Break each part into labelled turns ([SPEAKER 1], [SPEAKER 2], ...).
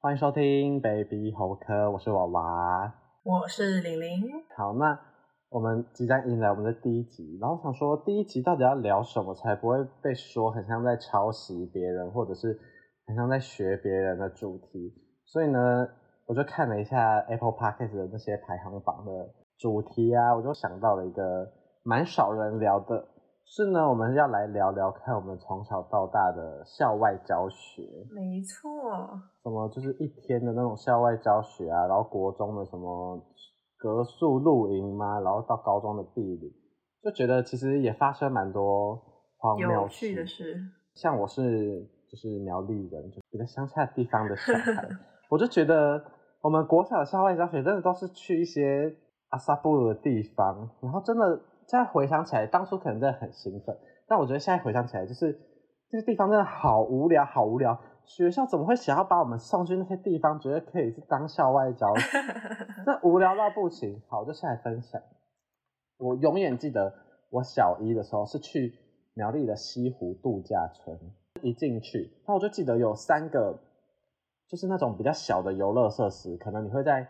[SPEAKER 1] 欢迎收听 Baby 猴科，我是娃娃。
[SPEAKER 2] 我是玲玲。
[SPEAKER 1] 好，那我们即将迎来我们的第一集，然后想说第一集到底要聊什么，才不会被说很像在抄袭别人，或者是很像在学别人的主题。所以呢，我就看了一下 Apple Podcast 的那些排行榜的主题啊，我就想到了一个蛮少人聊的，是呢，我们要来聊聊看我们从小到大的校外教学。
[SPEAKER 2] 没错，
[SPEAKER 1] 什么就是一天的那种校外教学啊，然后国中的什么格宿露营嘛，然后到高中的地理，就觉得其实也发生蛮多荒
[SPEAKER 2] 有
[SPEAKER 1] 谬
[SPEAKER 2] 趣的。是，
[SPEAKER 1] 像我是就是苗栗人，就比较乡下地方的小孩，我就觉得我们国小的校外教学真的都是去一些阿萨布鲁的地方，然后真的现在回想起来，当初可能真的很兴奋，但我觉得现在回想起来，就是这个地方真的好无聊，好无聊。学校怎么会想要把我们送去那些地方，觉得可以是当校外教学？那无聊到不行。好，我就下来分享。我永远记得我小一的时候是去苗栗的西湖度假村，一进去，那我就记得有三个，就是那种比较小的游乐设施，可能你会在，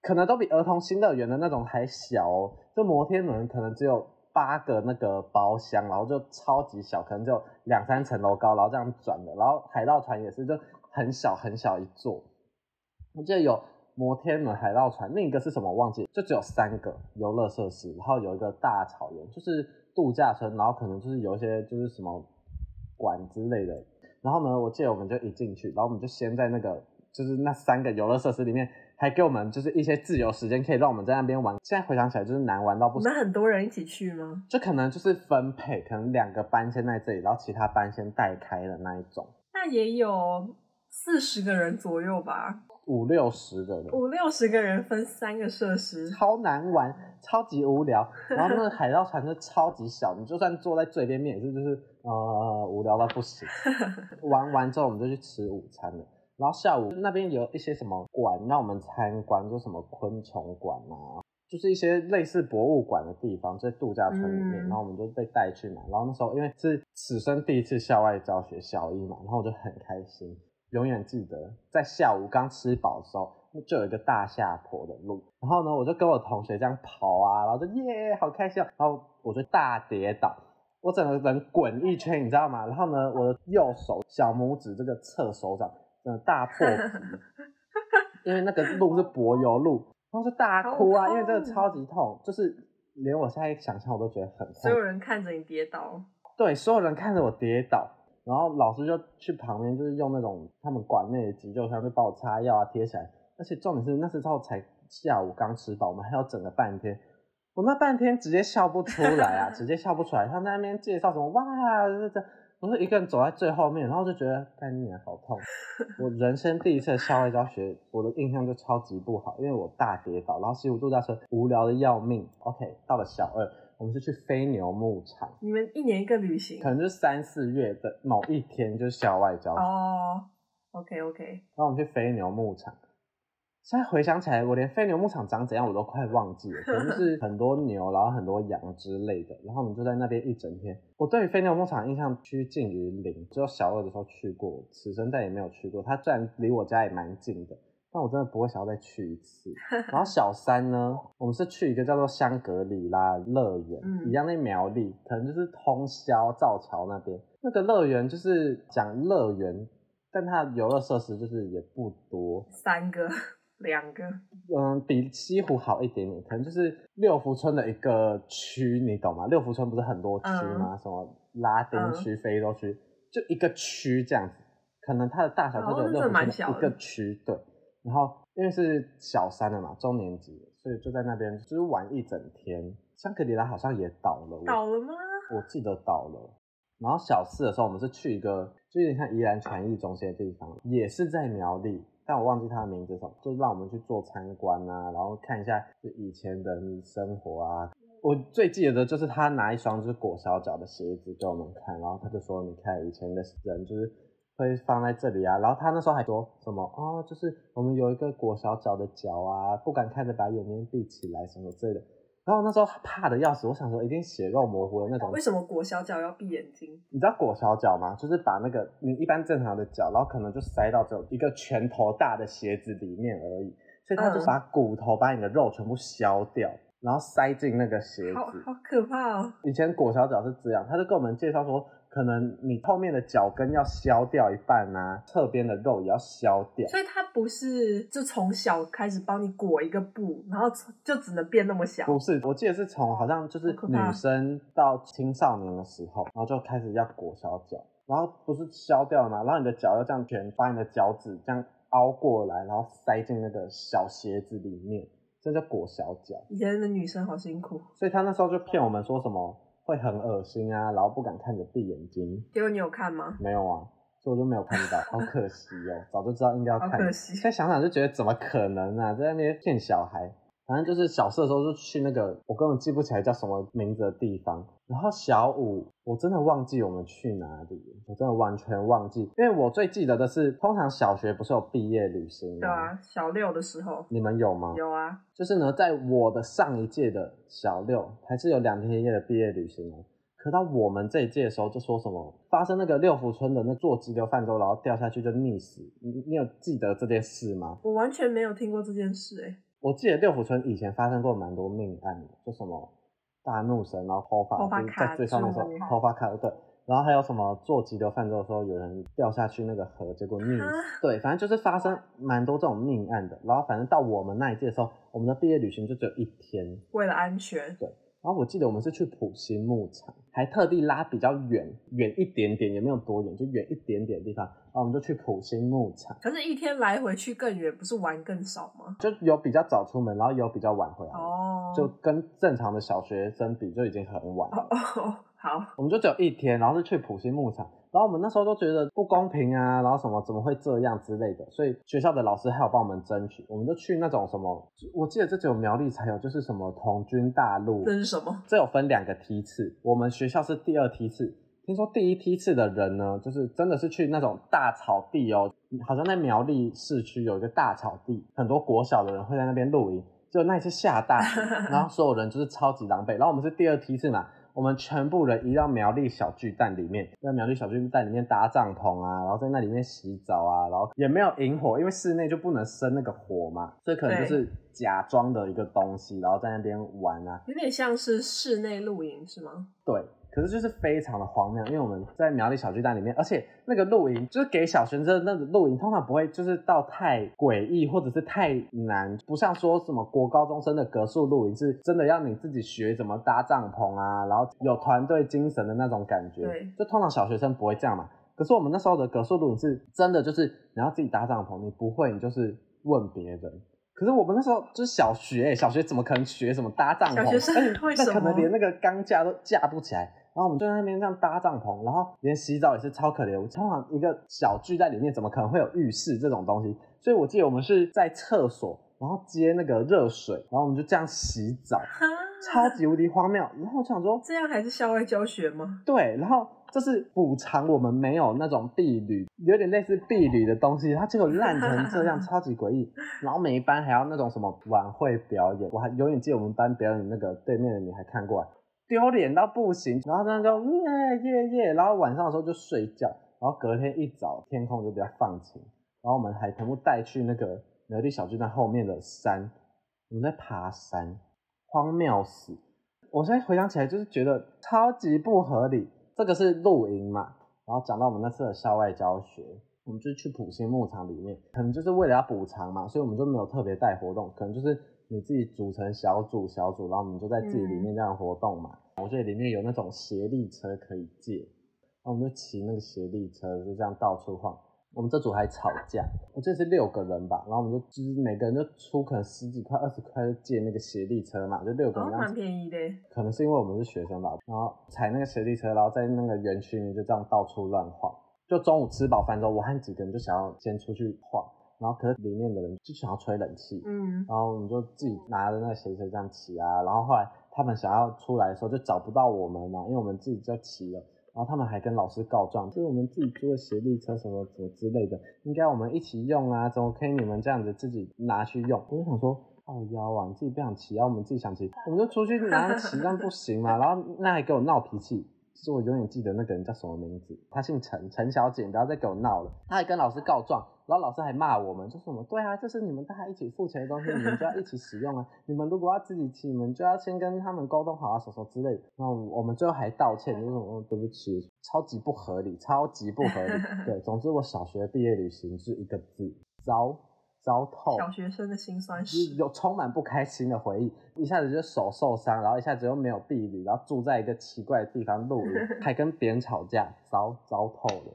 [SPEAKER 1] 可能都比儿童新乐园的那种还小、哦。就摩天轮可能只有八个那个包厢，然后就超级小，可能就两三层楼高，然后这样转的。然后海盗船也是，就很小很小一座。我记得有摩天轮、海盗船，另一个是什么我忘记，就只有三个游乐设施，然后有一个大草原，就是度假村，然后可能就是有一些就是什么馆之类的。然后呢，我记得我们就一进去，然后我们就先在那个就是那三个游乐设施里面，还给我们就是一些自由时间，可以让我们在那边玩。现在回想起来就是难玩到不
[SPEAKER 2] 你
[SPEAKER 1] 行。
[SPEAKER 2] 们很多人一起去吗？
[SPEAKER 1] 就可能就是分配，可能两个班先在这里，然后其他班先带开的那一种，
[SPEAKER 2] 那也有四十个人左右吧，
[SPEAKER 1] 五六十个人，
[SPEAKER 2] 五六十个人分三个设施，
[SPEAKER 1] 超难玩，超级无聊。然后那个海盗船就超级小，你就算坐在最边边也是就是呃无聊到不行。 玩完之后我们就去吃午餐了，然后下午那边有一些什么馆让我们参观，就什么昆虫馆啊。就是一些类似博物馆的地方，在度假村里面，
[SPEAKER 2] 嗯
[SPEAKER 1] 然后我们就被带去嘛。然后那时候因为是此生第一次校外教学小一嘛，然后我就很开心，永远记得在下午刚吃饱的时候，就有一个大下坡的路，然后呢，我就跟我同学这样跑啊，然后就耶，好开心、哦，然后我就大跌倒，我整个人滚一圈，你知道吗？然后呢，我的右手小拇指这个侧手掌，真的大破皮，因为那个路是柏油路，然后就大哭啊，
[SPEAKER 2] 好痛
[SPEAKER 1] 因为真的超级痛，就是连我现在想象我都觉得很
[SPEAKER 2] 所
[SPEAKER 1] 痛
[SPEAKER 2] 有。人看着你跌倒，
[SPEAKER 1] 对，所有人看着我跌倒，然后老师就去旁边，就是用那种他们馆内的急救箱就帮我擦药啊、贴起来。而且重点是那时候才下午刚吃饱，我们还要整个半天。我那半天直接笑不出来啊，直接笑不出来。他们在那边介绍什么哇，这这，我是一个人走在最后面，然后就觉得干你娘好痛。我人生第一次的校外教学，我的印象就超级不好，因为我大跌倒，然后西湖度假村无聊的要命。OK，到了小二，我们是去飞牛牧场。
[SPEAKER 2] 你们一年一个旅行
[SPEAKER 1] 可能就是三四月的某一天，就是校外教学，
[SPEAKER 2] 哦。OK OK，
[SPEAKER 1] 然后我们去飞牛牧场。现在回想起来，我连飞牛牧场长怎样我都快忘记了，可能就是很多牛，然后很多羊之类的。然后我们就在那边一整天。我对于飞牛牧场印象趋近于零，只有小二的时候去过，此生再也没有去过。它虽然离我家也蛮近的，但我真的不会想要再去一 次。然后小三呢，我们是去一个叫做香格里拉乐园，
[SPEAKER 2] 嗯
[SPEAKER 1] 一样在苗栗，可能就是通宵造桥那边那个乐园，就是讲乐园，但它的游乐设施就是也不多，
[SPEAKER 2] 三个、两个，
[SPEAKER 1] 嗯，比西湖好一点点，可能就是六福村的一个区，你懂吗？六福村不是很多区
[SPEAKER 2] 嗯
[SPEAKER 1] 吗？什么拉丁区、非洲区，就一个区这样子，可能它的大小就只有
[SPEAKER 2] 哦
[SPEAKER 1] 六
[SPEAKER 2] 那真的
[SPEAKER 1] 福村
[SPEAKER 2] 蛮
[SPEAKER 1] 的
[SPEAKER 2] 小
[SPEAKER 1] 一个
[SPEAKER 2] 的
[SPEAKER 1] 区，对。然后因为是小三的嘛，中年级，所以就在那边就是玩一整天。香格里拉好像也倒了，我
[SPEAKER 2] 倒了吗？
[SPEAKER 1] 我记得倒了。然后小四的时候，我们是去一个就有点像宜兰传艺中心的地方，也是在苗栗，但我忘记它的名字是什么，就让我们去做参观啊，然后看一下就以前人生活啊。我最记得的就是他拿一双就是裹小脚的鞋子给我们看，然后他就说：“你看以前的人就是会放在这里啊。”然后他那时候还说什么：“哦，就是我们有一个裹小脚的脚啊，不敢看着把眼睛闭起来什么之类的。”然后那时候怕的要死，我想说一定血肉模糊的那种
[SPEAKER 2] 为。什么裹小脚要闭眼睛？
[SPEAKER 1] 你知道裹小脚吗？就是把那个你一般正常的脚，然后可能就塞到只有一个拳头大的鞋子里面而已，所以他就
[SPEAKER 2] 嗯
[SPEAKER 1] 把骨头、把你的肉全部削掉，然后塞进那个鞋
[SPEAKER 2] 好
[SPEAKER 1] 子。
[SPEAKER 2] 好可怕哦！
[SPEAKER 1] 以前裹小脚是这样，他就跟我们介绍说，可能你后面的脚跟要削掉一半啊，侧边的肉也要削掉。
[SPEAKER 2] 所以它不是就从小开始帮你裹一个布，然后就只能变那么小。
[SPEAKER 1] 不是，我记得是从好像就是
[SPEAKER 2] 好可怕
[SPEAKER 1] 女生到青少年的时候，然后就开始要裹小脚，然后不是削掉了吗？然后你的脚要这样卷，把你的脚趾这样凹过来，然后塞进那个小鞋子里面，这叫裹小脚。
[SPEAKER 2] 以前的女生好辛苦，
[SPEAKER 1] 所以他那时候就骗我们说什么会很恶心啊，然后不敢看着闭眼睛，
[SPEAKER 2] 结果你有看吗？
[SPEAKER 1] 没有啊。所以我就没有看到，好可惜哦！ 早就知道应该要
[SPEAKER 2] 好
[SPEAKER 1] 看，
[SPEAKER 2] 可惜
[SPEAKER 1] 现在想想就觉得怎么可能啊，在那边骗小孩。反正就是小时候的时候就去那个我根本记不起来叫什么名字的地方，然后小五我真的忘记我们去哪里了，我真的完全忘记，因为我最记得的是，通常小学不是有毕业旅行吗？
[SPEAKER 2] 对啊，小六的时候
[SPEAKER 1] 你们有吗？
[SPEAKER 2] 有啊，
[SPEAKER 1] 就是呢，在我的上一届的小六还是有两天一夜的毕业旅行哦。可到我们这一届的时候，就说什么发生那个六福村的那座急流泛舟，然后掉下去就溺死。你你有记得这件事吗？
[SPEAKER 2] 我完全没有听过这件事哎、
[SPEAKER 1] 我记得六福村以前发生过蛮多命案的，就什么大怒神，然后头发
[SPEAKER 2] 头发
[SPEAKER 1] 就是
[SPEAKER 2] 卡
[SPEAKER 1] 在最上面的时
[SPEAKER 2] 住
[SPEAKER 1] 候头发卡住对，然后还有什么坐急流泛舟的时候有人掉下去那个河，结果溺
[SPEAKER 2] 啊
[SPEAKER 1] 死。对，反正就是发生蛮多这种命案的。然后反正到我们那一届的时候，我们的毕业旅行就只有一天，
[SPEAKER 2] 为了安全，
[SPEAKER 1] 然后我记得我们是去普星牧场，还特地拉比较远远一点点，也没有多远，就远一点点的地方，然后我们就去普星牧场，
[SPEAKER 2] 可是一天来回去更远，不是玩更少吗？
[SPEAKER 1] 就有比较早出门，然后有比较晚回来，
[SPEAKER 2] 哦，
[SPEAKER 1] 就跟正常的小学生比就已经很晚了。
[SPEAKER 2] 哦 哦，好，
[SPEAKER 1] 我们就只有一天，然后是去普星牧场，然后我们那时候都觉得不公平啊，然后什么怎么会这样之类的，所以学校的老师还有帮我们争取，我们就去那种什么，我记得这只有苗栗才有，就是什么童军大陆
[SPEAKER 2] 这，是什么？
[SPEAKER 1] 这有分两个梯次，我们学校是第二梯次。听说第一梯次的人呢，就是真的是去那种大草地哦，好像在苗栗市区有一个大草地，很多国小的人会在那边露营。就那一次下大雨，然后所有人就是超级狼狈。然后我们是第二梯次嘛，我们全部人移到苗栗小巨蛋里面，在苗栗小巨蛋里面搭帐篷啊，然后在那里面洗澡啊，然后也没有引火，因为室内就不能生那个火嘛，所以可能就
[SPEAKER 2] 对
[SPEAKER 1] 是假装的一个东西，然后在那边玩啊。
[SPEAKER 2] 有点像是室内露营是吗？
[SPEAKER 1] 对，可是就是非常的荒谬，因为我们在苗栗小巨蛋里面，而且那个露营就是给小学生那种露营，通常不会就是到太诡异或者是太难，不像说什么国高中生的格数露营是真的要你自己学怎么搭帐篷啊，然后有团队精神的那种感觉。
[SPEAKER 2] 对，
[SPEAKER 1] 就通常小学生不会这样嘛。可是我们那时候的格数露营是真的，就是你要自己搭帐篷，你不会你就是问别人。可是我们那时候就是小学、小学怎么可能学什么搭帐篷？
[SPEAKER 2] 小学生
[SPEAKER 1] 而且
[SPEAKER 2] 会
[SPEAKER 1] 那
[SPEAKER 2] 什
[SPEAKER 1] 可能
[SPEAKER 2] 么
[SPEAKER 1] 连那个钢架都架不起来。然后我们就在那边这样搭帐篷，然后连洗澡也是超可怜。我通常一个小剧在里面，怎么可能会有浴室这种东西？所以我记得我们是在厕所，然后接那个热水，然后我们就这样洗澡，
[SPEAKER 2] 哈，
[SPEAKER 1] 超级无敌荒谬。然后我想说，
[SPEAKER 2] 这样还是校外教学吗？
[SPEAKER 1] 对，然后这是补偿我们没有那种婢女，有点类似婢女的东西，它结果烂成这样，超级诡异。然后每一班还要那种什么晚会表演，我还永远记得我们班表演那个对面的女孩看过来，丢脸到不行。然后他就耶耶耶，然后晚上的时候就睡觉，然后隔天一早天空就比较放晴。然后我们还全部带去那个苗栗小巨蛋后面的山，我们在爬山，荒谬死！我现在回想起来就是觉得超级不合理。这个是露营嘛，然后讲到我们那次的校外教学，我们就去普星牧场里面，可能就是为了要补偿嘛，所以我们就没有特别带活动，可能就是你自己组成小组小组，然后我们就在自己里面这样活动嘛。我记得里面有那种斜力车可以借，然后我们就骑那个斜力车就这样到处晃。我们这组还吵架，我记得是六个人吧，然后我们就就是每个人就出可能十几块、二十块就借那个斜力车嘛，就六个人，
[SPEAKER 2] 哦
[SPEAKER 1] 这样
[SPEAKER 2] 蛮便宜的耶，
[SPEAKER 1] 可能是因为我们是学生吧，然后踩那个斜地车，然后在那个园区里面就这样到处乱晃。就中午吃饱饭之后，我和几个人就想要先出去晃，然后可是里面的人就想要吹冷气，
[SPEAKER 2] 嗯，
[SPEAKER 1] 然后我们就自己拿着那个斜地车这样骑啊，然后后来他们想要出来的时候就找不到我们嘛，因为我们自己就骑了。然后他们还跟老师告状，就是我们自己租的斜地车什么什么之类的，应该我们一起用啊，怎么可以你们这样子自己拿去用？我就想说，靠腰啊，你自己不想骑啊，我们自己想骑，我们就出去拿骑，但不行嘛。然后那还给我闹脾气，其实我永远记得那个人叫什么名字，她姓陈，陈小姐，你不要再给我闹了。她还跟老师告状，然后老师还骂我们，就说什么对啊，这是你们大家一起付钱的东西，你们就要一起使用啊。 你们如果要自己骑，你们就要先跟他们沟通好啊，什么之类的。然后我们最后还道歉，就说哦对不起，超级不合理，超级不合理。对，总之我小学毕业旅行是一个字糟。糟透，
[SPEAKER 2] 小学生的辛酸
[SPEAKER 1] 就是
[SPEAKER 2] 史，
[SPEAKER 1] 有充满不开心的回忆，一下子就手受伤，然后一下子又没有避旅，然后住在一个奇怪的地方露营，还跟别人吵架，糟糟透了。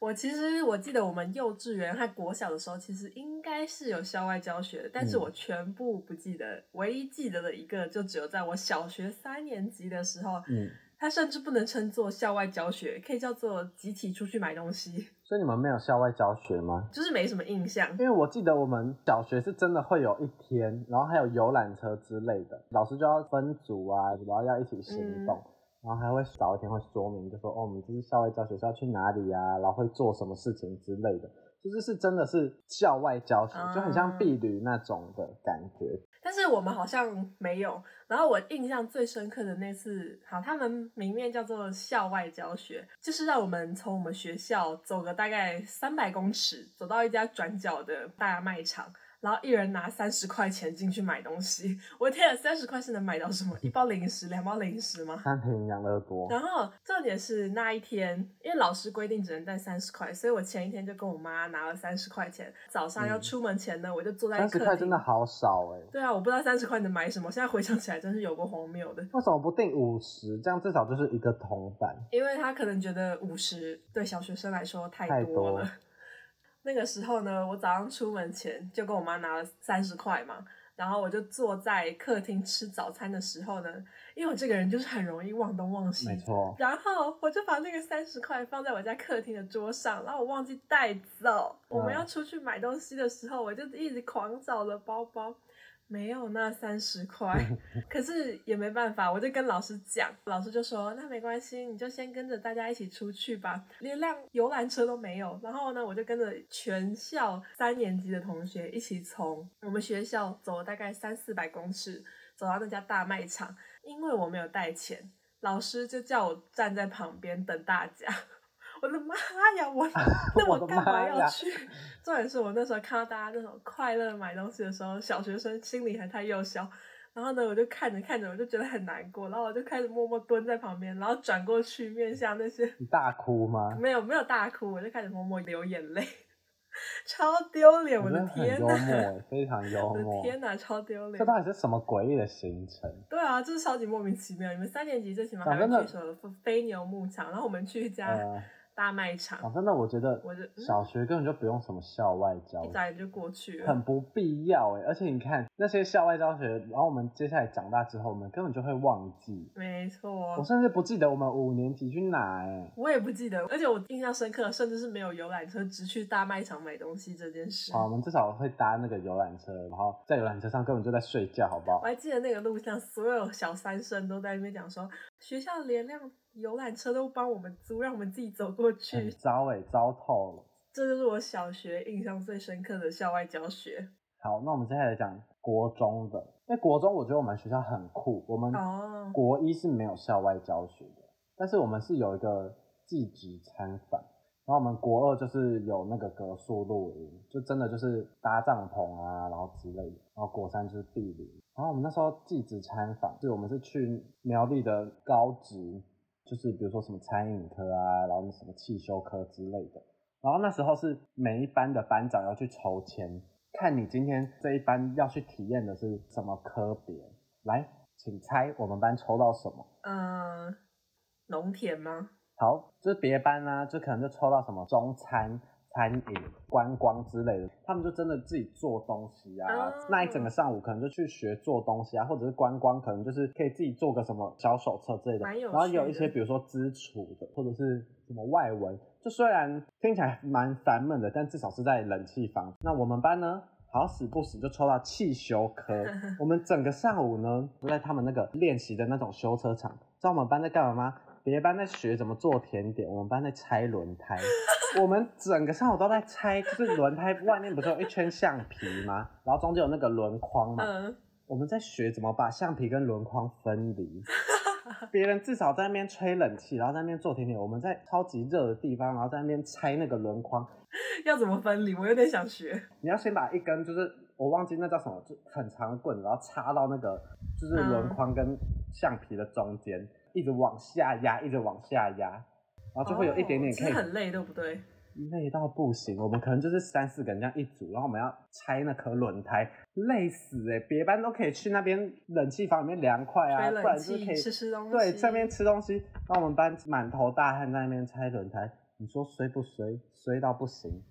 [SPEAKER 2] 我其实我记得我们幼稚园和国小的时候，其实应该是有校外教学的，但是
[SPEAKER 1] 嗯
[SPEAKER 2] 我全部不记得，唯一记得的一个就只有在我小学三年级的时候，
[SPEAKER 1] 嗯，
[SPEAKER 2] 它甚至不能称作校外教学，可以叫做集体出去买东西，
[SPEAKER 1] 所以你们没有校外教学吗？
[SPEAKER 2] 就是没什么印象
[SPEAKER 1] 因。为我记得我们小学是真的会有一天，然后还有游览车之类的，老师就要分组啊，然后要一起行动，然后还会早一天会说明，就说哦，我们这是校外教学是要去哪里啊，然后会做什么事情之类的，就是是真的是校外教学，就很像
[SPEAKER 2] 啊
[SPEAKER 1] 避旅那种的感觉。
[SPEAKER 2] 但是我们好像没有。然后我印象最深刻的那次，好，他们名面叫做校外教学，就是让我们从我们学校走个大概三百公尺，走到一家转角的大卖场。然后一人拿三十块钱进去买东西， 我的天啊，三十块是能买到什么？一包零食，两包零食吗？
[SPEAKER 1] 三瓶养乐多，
[SPEAKER 2] 然后重点是那一天，因为老师规定只能带三十块，所以我前一天就跟我妈拿了三十块钱。早上要
[SPEAKER 1] 嗯
[SPEAKER 2] 出门前呢，我就坐在
[SPEAKER 1] 三十
[SPEAKER 2] 客
[SPEAKER 1] 块
[SPEAKER 2] 厅
[SPEAKER 1] 真的好少哎、
[SPEAKER 2] 对啊，我不知道三十块能买什么，现在回想起来真是有过荒谬的，
[SPEAKER 1] 为什么不定五十？这样至少就是一个铜板。
[SPEAKER 2] 因为他可能觉得五十对小学生来说太
[SPEAKER 1] 太
[SPEAKER 2] 多
[SPEAKER 1] 多
[SPEAKER 2] 了。那个时候呢，我早上出门前就跟我妈拿了三十块嘛，然后我就坐在客厅吃早餐的时候呢，因为我这个人就是很容易忘东忘西
[SPEAKER 1] 没，错，
[SPEAKER 2] 然后我就把那个三十块放在我家客厅的桌上，然后我忘记带走。我们要出去买东西的时候，我就一直狂找了包包，没有那三十块。可是也没办法，我就跟老师讲，老师就说那没关系，你就先跟着大家一起出去吧，连辆游览车都没有。然后呢，我就跟着全校三年级的同学一起从我们学校走了大概三四百公尺，走到那家大卖场，因为我没有带钱。老师就叫我站在旁边等大家。 我的妈呀！我 那
[SPEAKER 1] 我
[SPEAKER 2] 我
[SPEAKER 1] 的
[SPEAKER 2] 干嘛
[SPEAKER 1] 妈
[SPEAKER 2] 要
[SPEAKER 1] 呀
[SPEAKER 2] 去？ 重点是我那时候看到大家那种快乐买东西的时候，小学生心里还太幼小。然后呢，我就看着看着，我就觉得很难过，然后我就开始默默蹲在旁边，然后转过去面向那些
[SPEAKER 1] 你大哭吗？
[SPEAKER 2] 没有没有大哭，我就开始默默流眼泪， 超丢脸！ 我
[SPEAKER 1] 真
[SPEAKER 2] 的
[SPEAKER 1] 的很
[SPEAKER 2] 天
[SPEAKER 1] 幽默、
[SPEAKER 2] 哪！
[SPEAKER 1] 欸，非常幽
[SPEAKER 2] 我的
[SPEAKER 1] 默。
[SPEAKER 2] 天哪，超丢脸
[SPEAKER 1] 这！到底是什么诡异的行程？
[SPEAKER 2] 对啊，就是超级莫名其妙。你们三年级最起码
[SPEAKER 1] 讲
[SPEAKER 2] 还
[SPEAKER 1] 真的
[SPEAKER 2] 会去什么飞牛牧场，然后我们去一家
[SPEAKER 1] 呃，
[SPEAKER 2] 大卖场，
[SPEAKER 1] 讲真的，我觉得
[SPEAKER 2] 我就嗯
[SPEAKER 1] 小学根本就不用什么校外教
[SPEAKER 2] 一
[SPEAKER 1] 学，
[SPEAKER 2] 眨眼就过去了。
[SPEAKER 1] 很不必要哎、而且你看那些校外教学，然后我们接下来长大之后，我们根本就会忘记。
[SPEAKER 2] 没
[SPEAKER 1] 我
[SPEAKER 2] 错，
[SPEAKER 1] 甚至不记得我们五年级去哪哎、
[SPEAKER 2] 我也不记得，而且我印象深刻，甚至是没有游览车，只去大卖场买东西这件事。
[SPEAKER 1] 哦好，我们至少会搭那个游览车，然后在游览车上根本就在睡觉，好不好
[SPEAKER 2] 我？还记得那个路上，所有小三生都在那边讲说，学校连辆游览车都帮我们租，让我们自己走过去。
[SPEAKER 1] 很糟哎、糟透了。
[SPEAKER 2] 这就是我小学印象最深刻的校外教学。
[SPEAKER 1] 好，那我们接下来讲国中的，因为国中我觉得我们学校很酷，我们
[SPEAKER 2] 哦，
[SPEAKER 1] 国一是没有校外教学的，但是我们是有一个寄职参访，然后我们国二就是有那个格数露营，就真的就是搭帐篷啊，然后之类的，然后国三就是地理，然后我们那时候寄职参访，是我们是去苗栗的高职，就是比如说什么餐饮科啊，然后什么汽修科之类的，然后那时候是每一班的班长要去抽签，看你今天这一班要去体验的是什么科别。来，请猜我们班抽到什么？
[SPEAKER 2] 嗯、农田吗？
[SPEAKER 1] 好，就是别班呢、就可能就抽到什么中餐、餐饮、观光之类的，他们就真的自己做东西啊。
[SPEAKER 2] 哦
[SPEAKER 1] 那一整个上午可能就去学做东西啊，或者是观光，可能就是可以自己做个什么小手册之类的。
[SPEAKER 2] 蛮有
[SPEAKER 1] 然后
[SPEAKER 2] 趣
[SPEAKER 1] 有一
[SPEAKER 2] 的
[SPEAKER 1] 些比如说基础的，或者是什么外文，就虽然听起来蛮烦闷的，但至少是在冷气房。那我们班呢？好死不死就抽到汽修 科，我们整个上午呢都在他们那个练习的那种修车厂，知道我们班在干嘛吗？别班在学怎么做甜点，我们班在拆轮胎。我们整个上午都在拆，就是轮胎外面不是有一圈橡皮吗？然后中间有那个轮框嘛。
[SPEAKER 2] 嗯，
[SPEAKER 1] 我们在学怎么把橡皮跟轮框分离。别人至少在那边吹冷气，然后在那边做甜点，我们在超级热的地方，然后在那边拆那个轮框。
[SPEAKER 2] 要怎么分离？我有点想学。
[SPEAKER 1] 你要先把一根就是我忘记那叫什么，就很长的棍子，然后插到那个就是轮框跟橡皮的中间，一直往下压，一直往下压，然后啊就会有一点点
[SPEAKER 2] 哦其
[SPEAKER 1] 可
[SPEAKER 2] 实
[SPEAKER 1] 以
[SPEAKER 2] 很累，对不对？
[SPEAKER 1] 累到不行。我们可能就是三四个人这样一组，然后我们要拆那颗轮胎，累死哎、欸！别班都可以去那边冷气房里面凉快啊，
[SPEAKER 2] 吹
[SPEAKER 1] 不
[SPEAKER 2] 冷
[SPEAKER 1] 然就是可
[SPEAKER 2] 气，
[SPEAKER 1] 以
[SPEAKER 2] 吃吃东西。
[SPEAKER 1] 对这边吃东西。那我们班满头大汗在那边拆轮胎，你说衰不衰？衰到不行。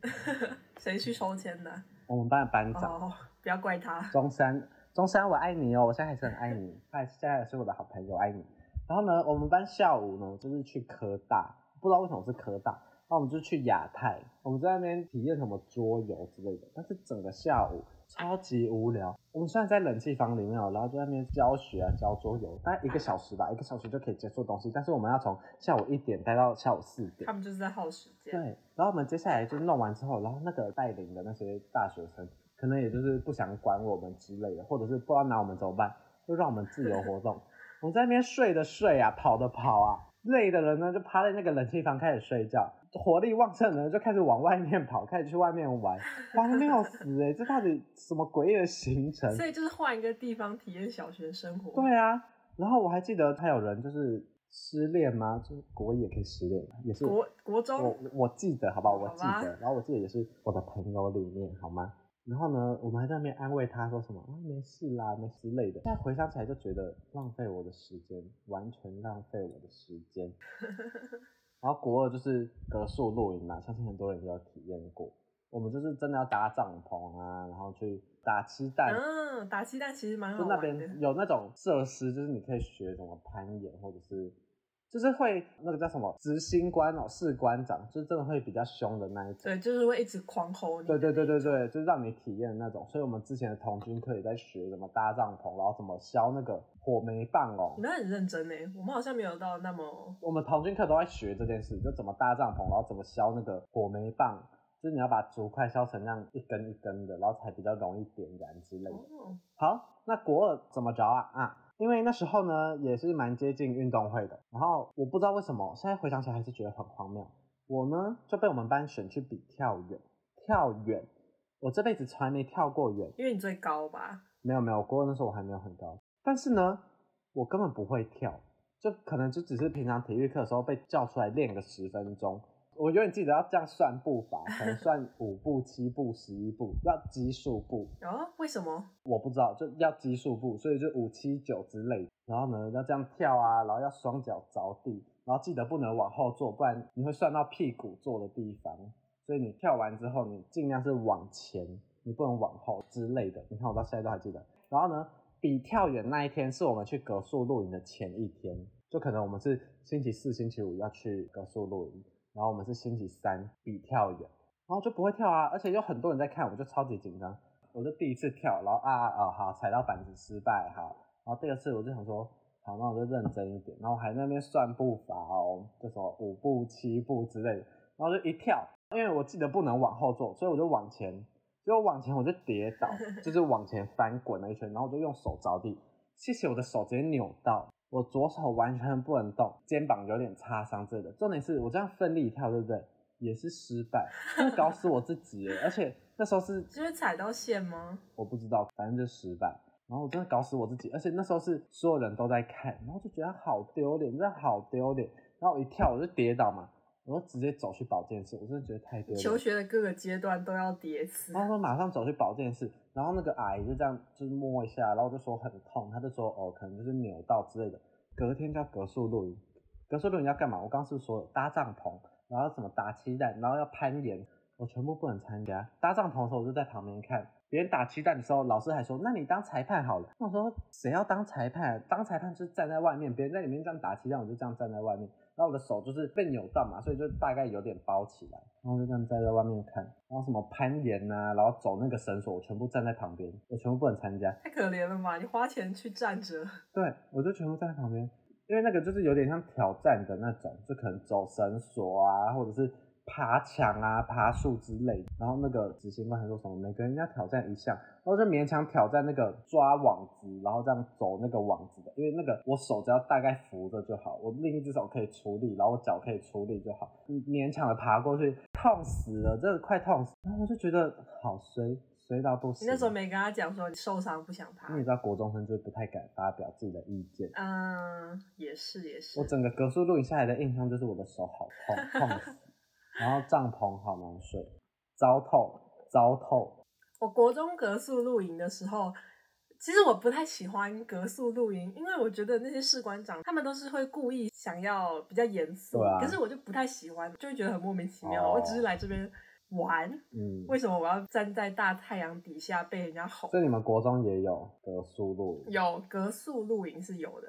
[SPEAKER 2] 谁去抽签 的？
[SPEAKER 1] 我们班的班长。
[SPEAKER 2] 哦，不要怪他。
[SPEAKER 1] 中山，中山，我爱你哦！我现在还是很爱你，他现在也是我的好朋友，爱你。然后呢，我们班下午呢就是去科大，不知道为什么是科大，那我们就去亚太，我们在那边体验什么桌游之类的。但是整个下午超级无聊，我们虽然在冷气房里面哦，然后在那边教学啊教桌游，大概一个小时吧，一个小时就可以结束东西，但是我们要从下午一点待到下午四点
[SPEAKER 2] 他。们就是在耗时
[SPEAKER 1] 对
[SPEAKER 2] 间。，
[SPEAKER 1] 然后我们接下来就弄完之后，然后那个带领的那些大学生，可能也就是不想管我们之类的，或者是不知道拿我们怎么办，就让我们自由活 动。我们在那边睡的睡啊，跑的跑啊，累的人呢就趴在那个冷气房开始睡觉，活力旺盛的人就开始往外面跑，开始去外面 玩，荒谬死哎、欸！这到底什么诡异的行程？
[SPEAKER 2] 所以就是换一个地方体验小学生活。
[SPEAKER 1] 对啊，然后我还记得他有人就是失恋吗？就是国语也可以失恋，也是
[SPEAKER 2] 国国
[SPEAKER 1] 我
[SPEAKER 2] 中
[SPEAKER 1] 我记得，好不好？
[SPEAKER 2] 好
[SPEAKER 1] 我
[SPEAKER 2] 吧
[SPEAKER 1] 记得，然后我记得也是我的朋友里面，好吗？然后呢，我们还在那边安慰他说什么啊，没事啦，没事类的。现在回想起来就觉得浪费我的时间，完全浪费我的时 间。然后国二就是格数露营嘛，相信很多人也有体验过。我们就是真的要搭帐篷啊，然后去打鸡蛋，
[SPEAKER 2] 嗯，打鸡蛋其实蛮好
[SPEAKER 1] 就那
[SPEAKER 2] 玩的。
[SPEAKER 1] 边有那种设施，就是你可以学怎么攀岩，或者是就是会那个叫什么执行官哦，士官长，就是真的会比较凶的那一种。
[SPEAKER 2] 对，就是会一直狂吼你。
[SPEAKER 1] 对对对对对，就是让你体验的那种。所以我们之前的童军课也在学怎么搭帐篷，然后怎么削那个火煤棒哦
[SPEAKER 2] 你。们很认真呢，欸我们好像没有到那么
[SPEAKER 1] 我们童军课都在学这件事，就怎么搭帐篷，然后怎么削那个火煤棒，就是你要把竹块削成那样一根一根的，然后才比较容易点燃之类的。
[SPEAKER 2] 哦，
[SPEAKER 1] 好，那国二怎么着啊？啊，因为那时候呢也是蛮接近运动会的，然后我不知道为什么，现在回想起来还是觉得很荒谬。我呢就被我们班选去比跳远，跳远，我这辈子从来没跳过远，
[SPEAKER 2] 因为你最高吧？
[SPEAKER 1] 没有没有，国二那时候我还没有很高，但是呢，我根本不会跳，就可能就只是平常体育课的时候被叫出来练个十分钟。我永远记得要这样算步伐，可能算五步、七步、十一步，要奇数步。
[SPEAKER 2] 哦，为什么？
[SPEAKER 1] 我不知道，就要奇数步，所以就五七九之类的。然后呢，要这样跳啊，然后要双脚着地，然后记得不能往后坐，不然你会算到屁股坐的地方。所以你跳完之后，你尽量是往前，你不能往后之类的。你看我到现在都还记得。然后呢，比跳远那一天是我们去格数露营的前一天，就可能我们是星期四、星期五要去格数露营，然后我们是星期三比跳远，然后就不会跳啊，而且有很多人在看，我就超级紧张。我就第一次跳，然后啊啊啊，好，踩到板子失败，好，然后第二次我就想说，好，那我就认真一点，然后我还在那边算步伐哦，就什么五步、七步之类的，然后就一跳，因为我记得不能往后坐，所以我就往前，结果往前我就跌倒，就是往前翻滚了一圈，然后我就用手着地，谢谢我的手直接扭到，我左手完全不能动，肩膀有点擦伤之类的，重点是我这样奋力一跳，对不对？也是失败，真的搞死我自己耶，而且那时候是
[SPEAKER 2] 是因为踩到线吗？
[SPEAKER 1] 我不知道，反正就失败。然后我真的搞死我自己，而且那时候是所有人都在看，然后就觉得好丢脸，真的好丢脸。然后我一跳我就跌倒嘛，我就直接走去保健室，我真的觉得太丢
[SPEAKER 2] 求
[SPEAKER 1] 脸。
[SPEAKER 2] 学的各个阶段都要叠词
[SPEAKER 1] 然。后我马上走去保健室，然后那个阿姨就这样就是摸一下，然后我就说很痛，她就说哦可能就是扭到之类的。隔天就要格数露营，格数露营要干嘛？我刚刚是不是说了搭帐篷，然后什么打鸡蛋，然后要攀岩，我全部不能参加。搭帐篷的时候，我就在旁边看。别人打鸡蛋的时候，老师还说：“那你当裁判好了。”那我说：“谁要当裁判？当裁判就是站在外面，别人在里面这样打鸡蛋，我就这样站在外面。然后我的手就是被扭到嘛，所以就大概有点包起来。然后就这样站在外面看，然后什么攀岩呐、然后走那个绳索，我全部站在旁边，我全部不能参加。
[SPEAKER 2] 太可怜了吧！你花钱去站着，
[SPEAKER 1] 对，我就全部站在旁边。因为那个就是有点像挑战的那种，就可能走绳索啊，或者是爬墙啊、爬树之类的。然后那个执行官还说什么，每个人要挑战一项，然后就勉强挑战那个抓网子，然后这样走那个网子的，因为那个我手只要大概扶着就好，我另一只手可以处理，然后我脚可以处理就好，嗯勉强的爬过去，痛死了，真的快痛死。然后我就觉得好衰，衰到不行。啊
[SPEAKER 2] 你那时候没跟他讲说你受伤不想爬
[SPEAKER 1] 因为？你知道国中生就是不太敢发表自己的意见。
[SPEAKER 2] 嗯，也是也是
[SPEAKER 1] 我。整个格数录影下来的印象就是我的手好痛，痛死，然后帐篷好难睡，糟透，糟透。
[SPEAKER 2] 我国中格宿露营的时候，其实我不太喜欢格宿露营，因为我觉得那些士官长他们都是会故意想要比较严肃，
[SPEAKER 1] 对啊
[SPEAKER 2] 可是我就不太喜欢，就会觉得很莫名其妙。
[SPEAKER 1] 哦
[SPEAKER 2] 我只是来这边玩，
[SPEAKER 1] 嗯，
[SPEAKER 2] 为什么我要站在大太阳底下被人家吼？
[SPEAKER 1] 所以你们国中也有格数录影，
[SPEAKER 2] 有格宿露营是有的，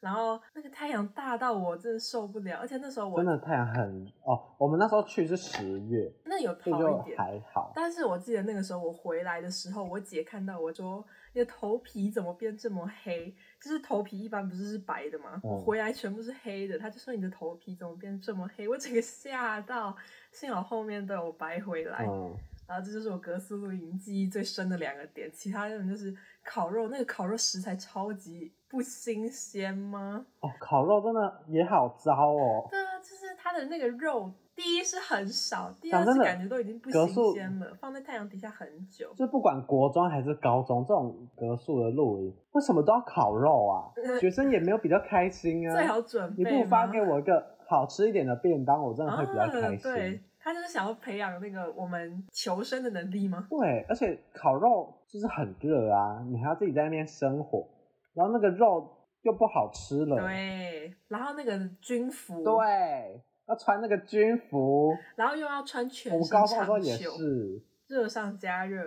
[SPEAKER 2] 然后那个太阳大到我真的受不了，而且那时候我
[SPEAKER 1] 真的太阳很哦。我们那时候去是十月，
[SPEAKER 2] 那有
[SPEAKER 1] 所以
[SPEAKER 2] 好一
[SPEAKER 1] 就
[SPEAKER 2] 点，
[SPEAKER 1] 还好。
[SPEAKER 2] 但是我记得那个时候我回来的时候，我姐看到我说：“你的头皮怎么变这么黑？就是头皮一般不是是白的吗？
[SPEAKER 1] 嗯
[SPEAKER 2] 我回来全部是黑的。”她就说：“你的头皮怎么变这么黑？”我整个吓到，幸好后面都有白回来。
[SPEAKER 1] 嗯，
[SPEAKER 2] 然后这就是我格斯露营记忆最深的两个点，其他人就是烤肉，那个烤肉食材超级不新鲜吗？
[SPEAKER 1] 哦，烤肉真的也好糟哦。
[SPEAKER 2] 对啊，就是它的那个肉，第一是很少，第
[SPEAKER 1] 讲
[SPEAKER 2] 二
[SPEAKER 1] 真
[SPEAKER 2] 是
[SPEAKER 1] 的
[SPEAKER 2] 感觉都已经不
[SPEAKER 1] 格
[SPEAKER 2] 新
[SPEAKER 1] 宿
[SPEAKER 2] 鲜了，放在太阳底下很久。
[SPEAKER 1] 就不管国中还是高中，这种格数的露营，为什么都要烤肉啊？学生也没有比较开心啊。
[SPEAKER 2] 呃 最好准
[SPEAKER 1] 你
[SPEAKER 2] 备吗。
[SPEAKER 1] 不发给我一个好吃一点的便当，我真的会比较开
[SPEAKER 2] 啊、对
[SPEAKER 1] 心。，
[SPEAKER 2] 他就是想要培养那个我们求生的能力吗？
[SPEAKER 1] 对，而且烤肉就是很热啊，你还要自己在那边生火，然后那个肉又不好吃了。
[SPEAKER 2] 对，然后那个军服，
[SPEAKER 1] 对要穿那个军服。
[SPEAKER 2] 然后又要穿
[SPEAKER 1] 我
[SPEAKER 2] 全
[SPEAKER 1] 们
[SPEAKER 2] 身
[SPEAKER 1] 高中的时候
[SPEAKER 2] 长
[SPEAKER 1] 也
[SPEAKER 2] 袖，
[SPEAKER 1] 是。
[SPEAKER 2] 热上加热。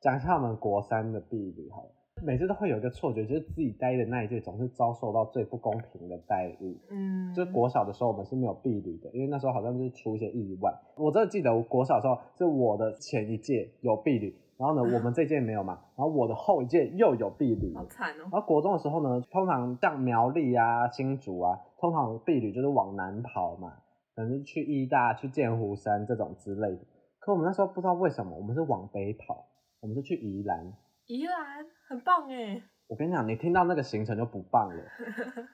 [SPEAKER 1] 讲一下我们国三的避旅好了，每次都会有一个错觉，就是自己待的那一届总是遭受到最不公平的待遇。
[SPEAKER 2] 嗯，
[SPEAKER 1] 就是国小的时候，我们是没有避旅的，因为那时候好像就是出一些意外。我真的记得，我国小的时候是我的前一届有避旅，然后呢，我们这届没有嘛，然后我的后一届又有避旅。
[SPEAKER 2] 好惨哦。
[SPEAKER 1] 然后国中的时候呢，通常像苗栗啊、新竹啊，通常避旅就是往南跑嘛，可能是去义大、去剑湖山这种之类的。可我们那时候不知道为什么，我们是往北跑，我们是去宜兰。
[SPEAKER 2] 宜兰很棒哎，
[SPEAKER 1] 我跟你讲，你听到那个行程就不棒了。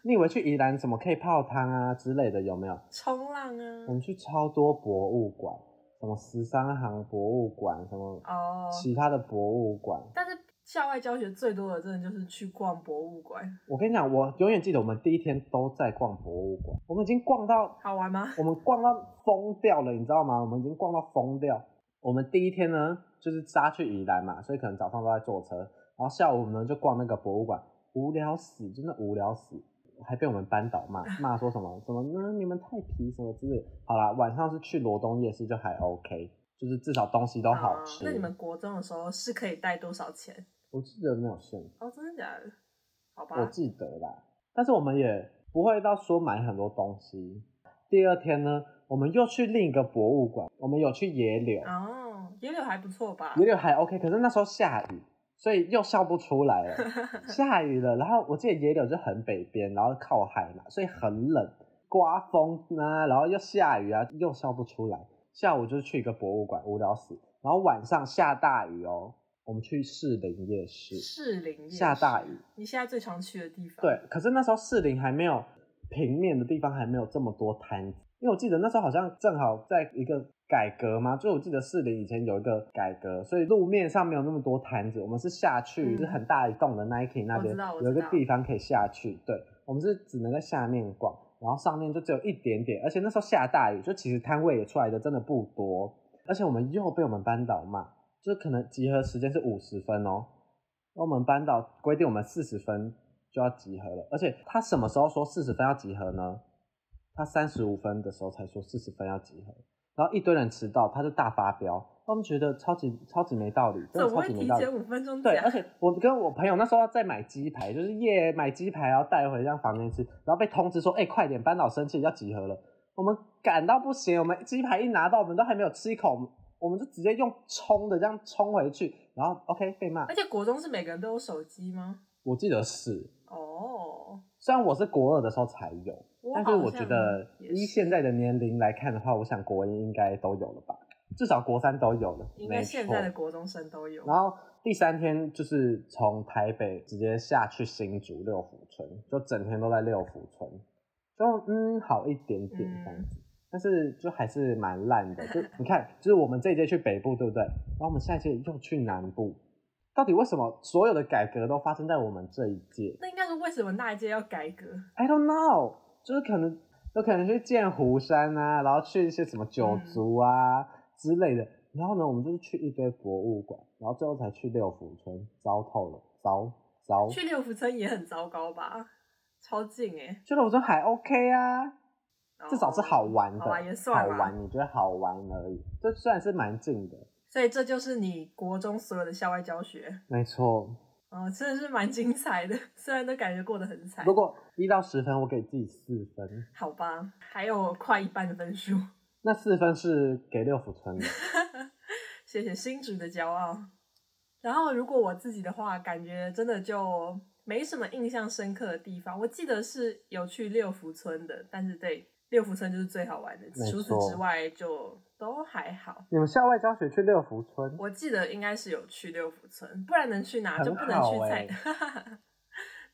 [SPEAKER 1] 你以为去宜兰什么可以泡汤啊之类的，有没有？
[SPEAKER 2] 冲浪啊
[SPEAKER 1] 我，们去超多博物馆，什么十三行博物馆，什么
[SPEAKER 2] 哦，
[SPEAKER 1] 其他的博物馆。
[SPEAKER 2] 但是校外教学最多的真的就是去逛博物馆，
[SPEAKER 1] 我跟你讲，我永远记得我们第一天都在逛博物馆，我们已经逛到
[SPEAKER 2] 好玩吗？
[SPEAKER 1] 我们逛到疯掉了，你知道吗？我们已经逛到疯掉。我们第一天呢，就是杀去宜兰嘛，所以可能早上都在坐车，然后下午呢就逛那个博物馆，无聊死，真的无聊死，还被我们班导骂，骂说什么 什么呢？你们太皮什么之类的。好啦，晚上是去罗东夜市就还 OK，就是至少东西都好吃。
[SPEAKER 2] 哦那你们国中的时候是可以带多少钱？
[SPEAKER 1] 我记得没有限制，
[SPEAKER 2] 哦，真的假的？好吧，
[SPEAKER 1] 我记得啦，但是我们也不会到说买很多东西。第二天呢，我们又去另一个博物馆，我们有去野柳。
[SPEAKER 2] 哦，野柳还不错吧？
[SPEAKER 1] 野柳还 OK，可是那时候下雨，所以又笑不出来了。下雨了，然后我记得野柳就很北边，然后靠海嘛，所以很冷，刮风啊，然后又下雨啊，又笑不出来。下午就是去一个博物馆，无聊死。然后晚上下大雨哦，我们去士林夜市，
[SPEAKER 2] 士林夜市
[SPEAKER 1] 下大雨。
[SPEAKER 2] 你现在最常去的地方。
[SPEAKER 1] 对，可是那时候士林还没有平面的地方，还没有这么多摊子。因为我记得那时候好像正好在一个改革嘛，就我记得士林以前有一个改革，所以路面上没有那么多摊子。我们是下去，
[SPEAKER 2] 嗯
[SPEAKER 1] 就是很大一栋的 Nike 那
[SPEAKER 2] 我
[SPEAKER 1] 边
[SPEAKER 2] 知道我
[SPEAKER 1] 有一个
[SPEAKER 2] 知道
[SPEAKER 1] 地方可以下去，对，我们是只能在下面逛，然后上面就只有一点点，而且那时候下大雨，就其实摊位也出来的真的不多，而且我们又被我们班导骂，就是可能集合时间是五十分哦，那我们班导规定我们四十分就要集合了，而且他什么时候说四十分要集合呢？他三十五分的时候才说四十分要集合，然后一堆人迟到，他就大发飙，我们觉得超级超级没道理，真
[SPEAKER 2] 怎
[SPEAKER 1] 的
[SPEAKER 2] 么
[SPEAKER 1] 超
[SPEAKER 2] 会
[SPEAKER 1] 级
[SPEAKER 2] 提
[SPEAKER 1] 没道理
[SPEAKER 2] 前。五分钟
[SPEAKER 1] 对，
[SPEAKER 2] 讲？
[SPEAKER 1] 而且我跟我朋友那时候要在买鸡排，就是耶买鸡排，然后带回让房间吃，然后被通知说，哎、快点，班导生气要集合了。我们赶到不行，我们鸡排一拿到，我们都还没有吃一口，我们我们就直接用冲的这样冲回去，然后 OK 被骂
[SPEAKER 2] 而，且国中是每个人都有手机吗？
[SPEAKER 1] 我记得是，
[SPEAKER 2] 哦，
[SPEAKER 1] 虽然我是国二的时候才有，但是我觉得
[SPEAKER 2] 也
[SPEAKER 1] 依
[SPEAKER 2] 是
[SPEAKER 1] 现在的年龄来看的话，我想国一应该都有了吧，至少国三都有了。
[SPEAKER 2] 应
[SPEAKER 1] 没
[SPEAKER 2] 该现在的
[SPEAKER 1] 错
[SPEAKER 2] 国中生都有。
[SPEAKER 1] 然后第三天就是从台北直接下去新竹六福村，就整天都在六福村，就嗯好一点点这样子，但是就还是蛮烂的。就你看，就是我们这一届去北部，对不对？然后我们下一届又去南部，到底为什么所有的改革都发生在我们这一届
[SPEAKER 2] 那应该是为什么那一届要改革？
[SPEAKER 1] ？I don't know，就是可能有可能去剑湖山啊，然后去一些什么九
[SPEAKER 2] 嗯
[SPEAKER 1] 族啊、之类的。然后呢，我们就是去一堆博物馆，然后最后才去六福村，糟透了，糟糟。
[SPEAKER 2] 去六福村也很糟糕吧？超近哎、
[SPEAKER 1] 去六福村还 OK 啊，至少是好玩的，
[SPEAKER 2] 哦好吧，也算
[SPEAKER 1] 好
[SPEAKER 2] 啦
[SPEAKER 1] 玩，你觉得好玩而已。这虽然是蛮近的，
[SPEAKER 2] 所以这就是你国中所有的校外教学，
[SPEAKER 1] 没错。
[SPEAKER 2] 哦，真的是蛮精彩的。 虽然都感觉过得很惨
[SPEAKER 1] 如，果一到十分，我给自己四分，
[SPEAKER 2] 好吧，还有快一半的分数。
[SPEAKER 1] 那四分是给六福村的。
[SPEAKER 2] 谢谢新竹的骄傲。然后，如果我自己的话，感觉真的就没什么印象深刻的地方。我记得是有去六福村的，但是对六福村就是最好玩的，
[SPEAKER 1] 没
[SPEAKER 2] 除此
[SPEAKER 1] 错
[SPEAKER 2] 之外就都还好。
[SPEAKER 1] 你们校外教学去六福村，
[SPEAKER 2] 我记得应该是有去六福村，不然能去哪
[SPEAKER 1] 很
[SPEAKER 2] 就不能去
[SPEAKER 1] 好
[SPEAKER 2] 菜
[SPEAKER 1] 欸。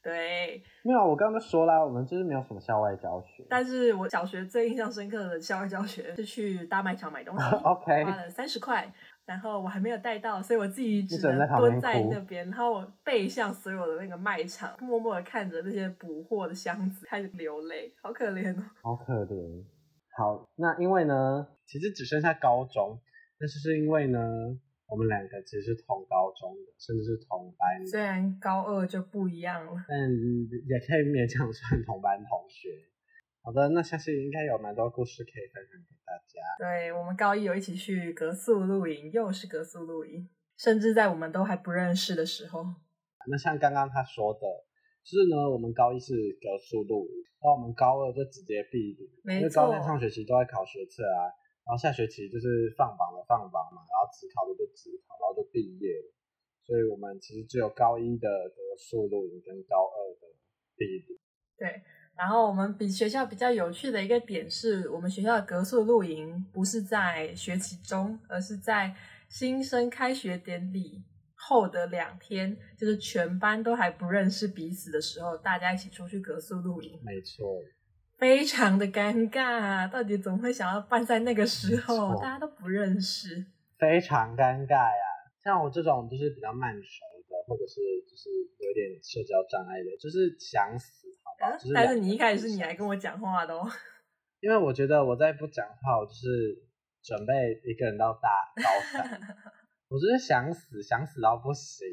[SPEAKER 2] 对，
[SPEAKER 1] 没有啊，我刚刚就说啦，我们就是没有什么校外教学。，
[SPEAKER 2] 但是我小学最印象深刻的校外教学是去大卖场买东西
[SPEAKER 1] OK，
[SPEAKER 2] 花了三十块，然后我还没有带到，所以我自己只
[SPEAKER 1] 你只能在旁边
[SPEAKER 2] 蹲在
[SPEAKER 1] 哭
[SPEAKER 2] 那边，然后我背向所有的那个卖场，默默的看着那些补货的箱子，开始流泪，好可怜哦。
[SPEAKER 1] 好可怜。好，那因为呢，其实只剩下高中，但是是因为呢，我们两个其实是同高中的，甚至是同班的，
[SPEAKER 2] 虽然高二就不一样了，
[SPEAKER 1] 但也可以勉强算同班同学。好的，那相信应该有蛮多故事可以分享给大家。
[SPEAKER 2] 对我们高一有一起去格宿露营，又是格宿露营，甚至在我们都还不认识的时候，
[SPEAKER 1] 那像刚刚他说的，就是呢，我们高一是格数录影，那我们高二就直接避旅，
[SPEAKER 2] 没
[SPEAKER 1] 因为高
[SPEAKER 2] 错
[SPEAKER 1] 三上学期都在考学测啊，然后下学期就是放榜的放榜嘛，然后只考的就只考，然后就毕业了。所以我们其实只有高一的格数录影跟高二的避旅。
[SPEAKER 2] 然后我们比学校比较有趣的一个点是，我们学校的格宿露营不是在学期中，而是在新生开学典礼后的两天，就是全班都还不认识彼此的时候，大家一起出去格宿露营，
[SPEAKER 1] 没错，
[SPEAKER 2] 非常的尴尬。到底怎么会想要办在那个时
[SPEAKER 1] 没
[SPEAKER 2] 候？
[SPEAKER 1] 错
[SPEAKER 2] 大家都不认识。
[SPEAKER 1] 非常尴尬呀、像我这种就是比较慢熟的，或者是就是有点社交障碍的，就是想死，好不好？啊就是
[SPEAKER 2] 啊但
[SPEAKER 1] 两
[SPEAKER 2] 是
[SPEAKER 1] 个
[SPEAKER 2] 你一开
[SPEAKER 1] 人
[SPEAKER 2] 始是你
[SPEAKER 1] 想
[SPEAKER 2] 来
[SPEAKER 1] 死
[SPEAKER 2] 跟我讲话的哦，
[SPEAKER 1] 因为我觉得我再不讲话，我就是准备一个人到大高 三，我就是想死，想死到不行。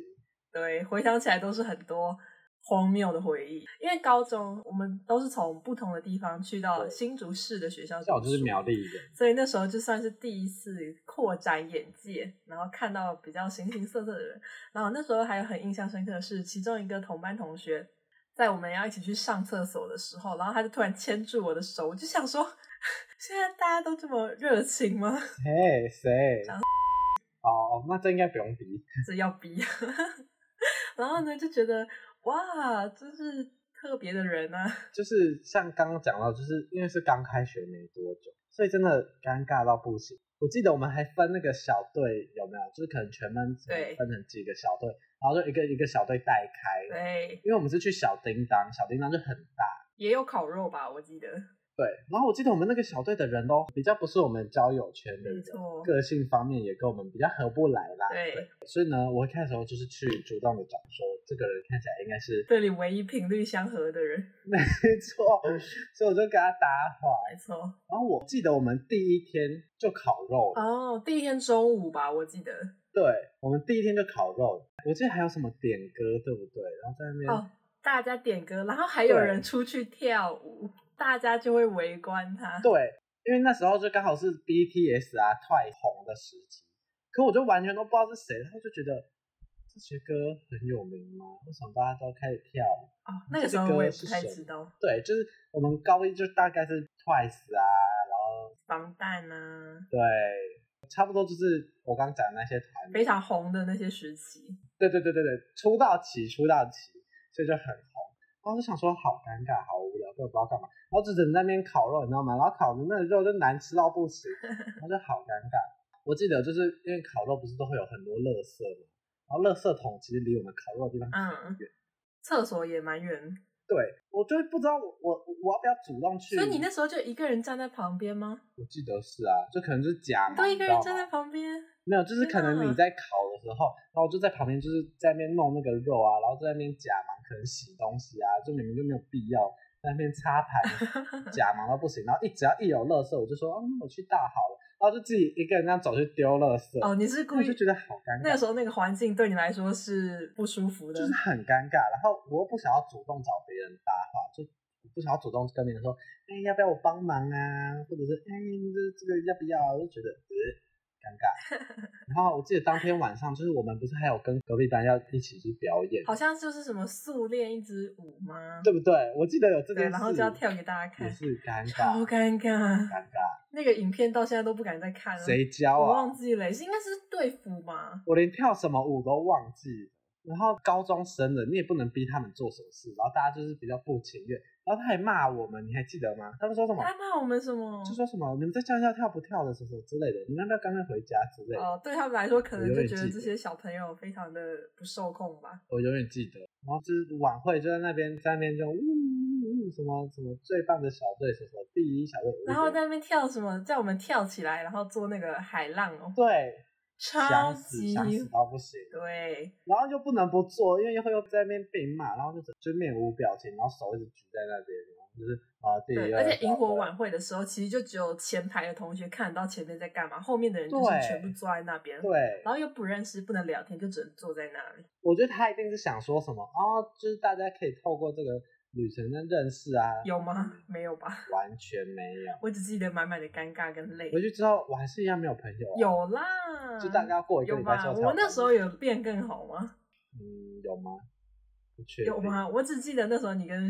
[SPEAKER 2] 对，回想起来都是很多荒谬的回忆。因为高中我们都是从不同的地方去到
[SPEAKER 1] 对
[SPEAKER 2] 新竹市的学校
[SPEAKER 1] 像我
[SPEAKER 2] 读
[SPEAKER 1] 就是
[SPEAKER 2] 书
[SPEAKER 1] 苗栗人，
[SPEAKER 2] 所以那时候就算是第一次扩展眼界，然后看到比较形形色色的人。然后那时候还有很印象深刻的是，其中一个同班同学在我们要一起去上厕所的时候，然后他就突然牵住我的手，我就想说， 现在大家都这么热情吗？
[SPEAKER 1] 嘿，谁？哦，那这应该不用比。
[SPEAKER 2] 这要逼。 然后呢，就觉得哇，真是特别的人啊。
[SPEAKER 1] 就是像刚刚讲到，就是因为是刚开学没多久，所以真的尴尬到不行。我记得我们还分那个小队，有没有？就是可能全班
[SPEAKER 2] 对
[SPEAKER 1] 分成几个小队，然后就一个一个小队带开。
[SPEAKER 2] 对，
[SPEAKER 1] 因为我们是去小叮当，小叮当就很大，
[SPEAKER 2] 也有烤肉吧，我记得。
[SPEAKER 1] 对，然后我记得我们那个小队的人都比较不是我们交友圈的
[SPEAKER 2] 没
[SPEAKER 1] 人，
[SPEAKER 2] 错。
[SPEAKER 1] 个性方面也跟我们比较合不来啦。
[SPEAKER 2] 嗯对，
[SPEAKER 1] 所以呢，我一开始我就是去主动的找说，这个人看起来应该是
[SPEAKER 2] 这里唯一频率相合的人，
[SPEAKER 1] 没错，
[SPEAKER 2] 嗯
[SPEAKER 1] 所以我就跟他搭话。
[SPEAKER 2] 没错。
[SPEAKER 1] 然后我记得我们第一天就烤肉了，
[SPEAKER 2] 哦，第一天中午吧，我记得。
[SPEAKER 1] 对，我们第一天就烤肉了。我记得还有什么点歌，对不对？然后在那边，
[SPEAKER 2] 哦大家点歌，然后还有
[SPEAKER 1] 对
[SPEAKER 2] 人出去跳舞，大家就会围观他。
[SPEAKER 1] 对，因为那时候就刚好是 BTS 啊太红的时期，可我就完全都不知道是谁，然后就觉得这些歌很有名吗？为什么大家都开始跳舞？
[SPEAKER 2] 哦，那个时候
[SPEAKER 1] 这个
[SPEAKER 2] 我也
[SPEAKER 1] 是
[SPEAKER 2] 不太
[SPEAKER 1] 谁
[SPEAKER 2] 知道，
[SPEAKER 1] 对，就是我们高一就大概是 Twice 啊，然后
[SPEAKER 2] 防弹啊，
[SPEAKER 1] 对，差不多就是我刚讲的那些团
[SPEAKER 2] 非
[SPEAKER 1] 体，
[SPEAKER 2] 常红的那些时期。
[SPEAKER 1] 对对对对对，出道期出道期，所以就很红。当时想说好尴尬，好无聊，根本不知道干嘛。然后只能在那边烤肉，你知道吗？然后烤的那个肉就难吃到不行，然后就好尴尬。我记得就是因为烤肉不是都会有很多垃圾嘛，然后垃圾桶其实离我们烤肉的地方很
[SPEAKER 2] 嗯
[SPEAKER 1] 远。
[SPEAKER 2] 厕所也蛮远，
[SPEAKER 1] 对我就不知道我我我要不要主动去。
[SPEAKER 2] 所以你那时候就一个人站在旁边吗？
[SPEAKER 1] 我记得是啊，就可能就是假嘛，
[SPEAKER 2] 都一
[SPEAKER 1] 你
[SPEAKER 2] 个
[SPEAKER 1] 知道
[SPEAKER 2] 人
[SPEAKER 1] 吗
[SPEAKER 2] 站在旁边，
[SPEAKER 1] 没有，就是可能
[SPEAKER 2] 天
[SPEAKER 1] 你
[SPEAKER 2] 哪
[SPEAKER 1] 在烤的时候，然后我就在旁边就是在那边弄那个肉啊，然后在那边假忙，可能洗东西啊，就明明就没有必要，在那边擦盘，假忙到不行。然后一只要一有垃圾，我就说哦，那我去倒好了，然后就自己一个人这样走去丢垃圾，
[SPEAKER 2] 哦，你是
[SPEAKER 1] 然
[SPEAKER 2] 故
[SPEAKER 1] 后
[SPEAKER 2] 意
[SPEAKER 1] 就觉得好尴
[SPEAKER 2] 那个
[SPEAKER 1] 尬，
[SPEAKER 2] 时候那个环境对你来说是不舒服的
[SPEAKER 1] 就是，很尴尬。然后我又不想要主动找别人搭话，就不想要主动跟别人说，哎，要不要我帮忙啊？或者是哎，这这个要不要啊？我就觉得呃尴 尬。然后我记得当天晚上，就是我们不是还有跟隔壁班要一起去表演，
[SPEAKER 2] 好像就是什么速练一支舞吗？
[SPEAKER 1] 对不对？我记得有这
[SPEAKER 2] 对，
[SPEAKER 1] 件事，
[SPEAKER 2] 然后就要跳给大家看
[SPEAKER 1] 也，是尴
[SPEAKER 2] 超
[SPEAKER 1] 尬，
[SPEAKER 2] 尴尬。
[SPEAKER 1] 尴尬，
[SPEAKER 2] 那个影片到现在都不敢再看了，
[SPEAKER 1] 谁教
[SPEAKER 2] 我
[SPEAKER 1] 啊
[SPEAKER 2] 忘？记了，是应该是队服吧？
[SPEAKER 1] 我连跳什么舞都忘记。然后高中生了，你也不能逼他们做什么事，然后大家就是比较不情愿，然后他还骂我们，你还记得吗？他们说什么？
[SPEAKER 2] 他骂我们什么？
[SPEAKER 1] 就说什么你们在家要跳不跳的什么什么之类的，你们要不要干脆回家之类的？
[SPEAKER 2] 哦，对他们来说，可
[SPEAKER 1] 我
[SPEAKER 2] 能
[SPEAKER 1] 有
[SPEAKER 2] 就
[SPEAKER 1] 点
[SPEAKER 2] 觉
[SPEAKER 1] 记
[SPEAKER 2] 得
[SPEAKER 1] 得
[SPEAKER 2] 这些小朋友非常的不受控吧。
[SPEAKER 1] 我永远记得。然后就是晚会就在那边，在那边就呜呜呜什么什么最棒的小队，什么什么第一小队，
[SPEAKER 2] 然后
[SPEAKER 1] 我就
[SPEAKER 2] 在那边跳什么，叫我们跳起来，然后做那个海浪哦，
[SPEAKER 1] 对，
[SPEAKER 2] 超
[SPEAKER 1] 想死
[SPEAKER 2] 级
[SPEAKER 1] 想死到不行，
[SPEAKER 2] 对，
[SPEAKER 1] 然后就不能不做，因为会又在那边被骂，然后就就面无表情，然后手一直举在那边，然后就是啊第
[SPEAKER 2] 对，
[SPEAKER 1] 一，
[SPEAKER 2] 而且萤火晚会的时候，其实就只有前排的同学看得到前面在干嘛，后面的人就是
[SPEAKER 1] 对
[SPEAKER 2] 全部坐在那边，
[SPEAKER 1] 对，
[SPEAKER 2] 然后又不认识，不能聊天，就只能坐在那里。
[SPEAKER 1] 我觉得他一定是想说什么啊、哦，就是大家可以透过这个旅程的认识啊，
[SPEAKER 2] 有吗？没有吧？
[SPEAKER 1] 完全没有。
[SPEAKER 2] 我只记得满满的尴尬跟累
[SPEAKER 1] 回。去之后，我还是一样没有朋友、啊。
[SPEAKER 2] 有啦，
[SPEAKER 1] 就大概要过一个
[SPEAKER 2] 有
[SPEAKER 1] 礼拜之
[SPEAKER 2] 吧？
[SPEAKER 1] 后才
[SPEAKER 2] 我那时候
[SPEAKER 1] 有
[SPEAKER 2] 有变更好吗？
[SPEAKER 1] 朋友，嗯，有吗？不确定
[SPEAKER 2] 有？吗？我只记得那时候你跟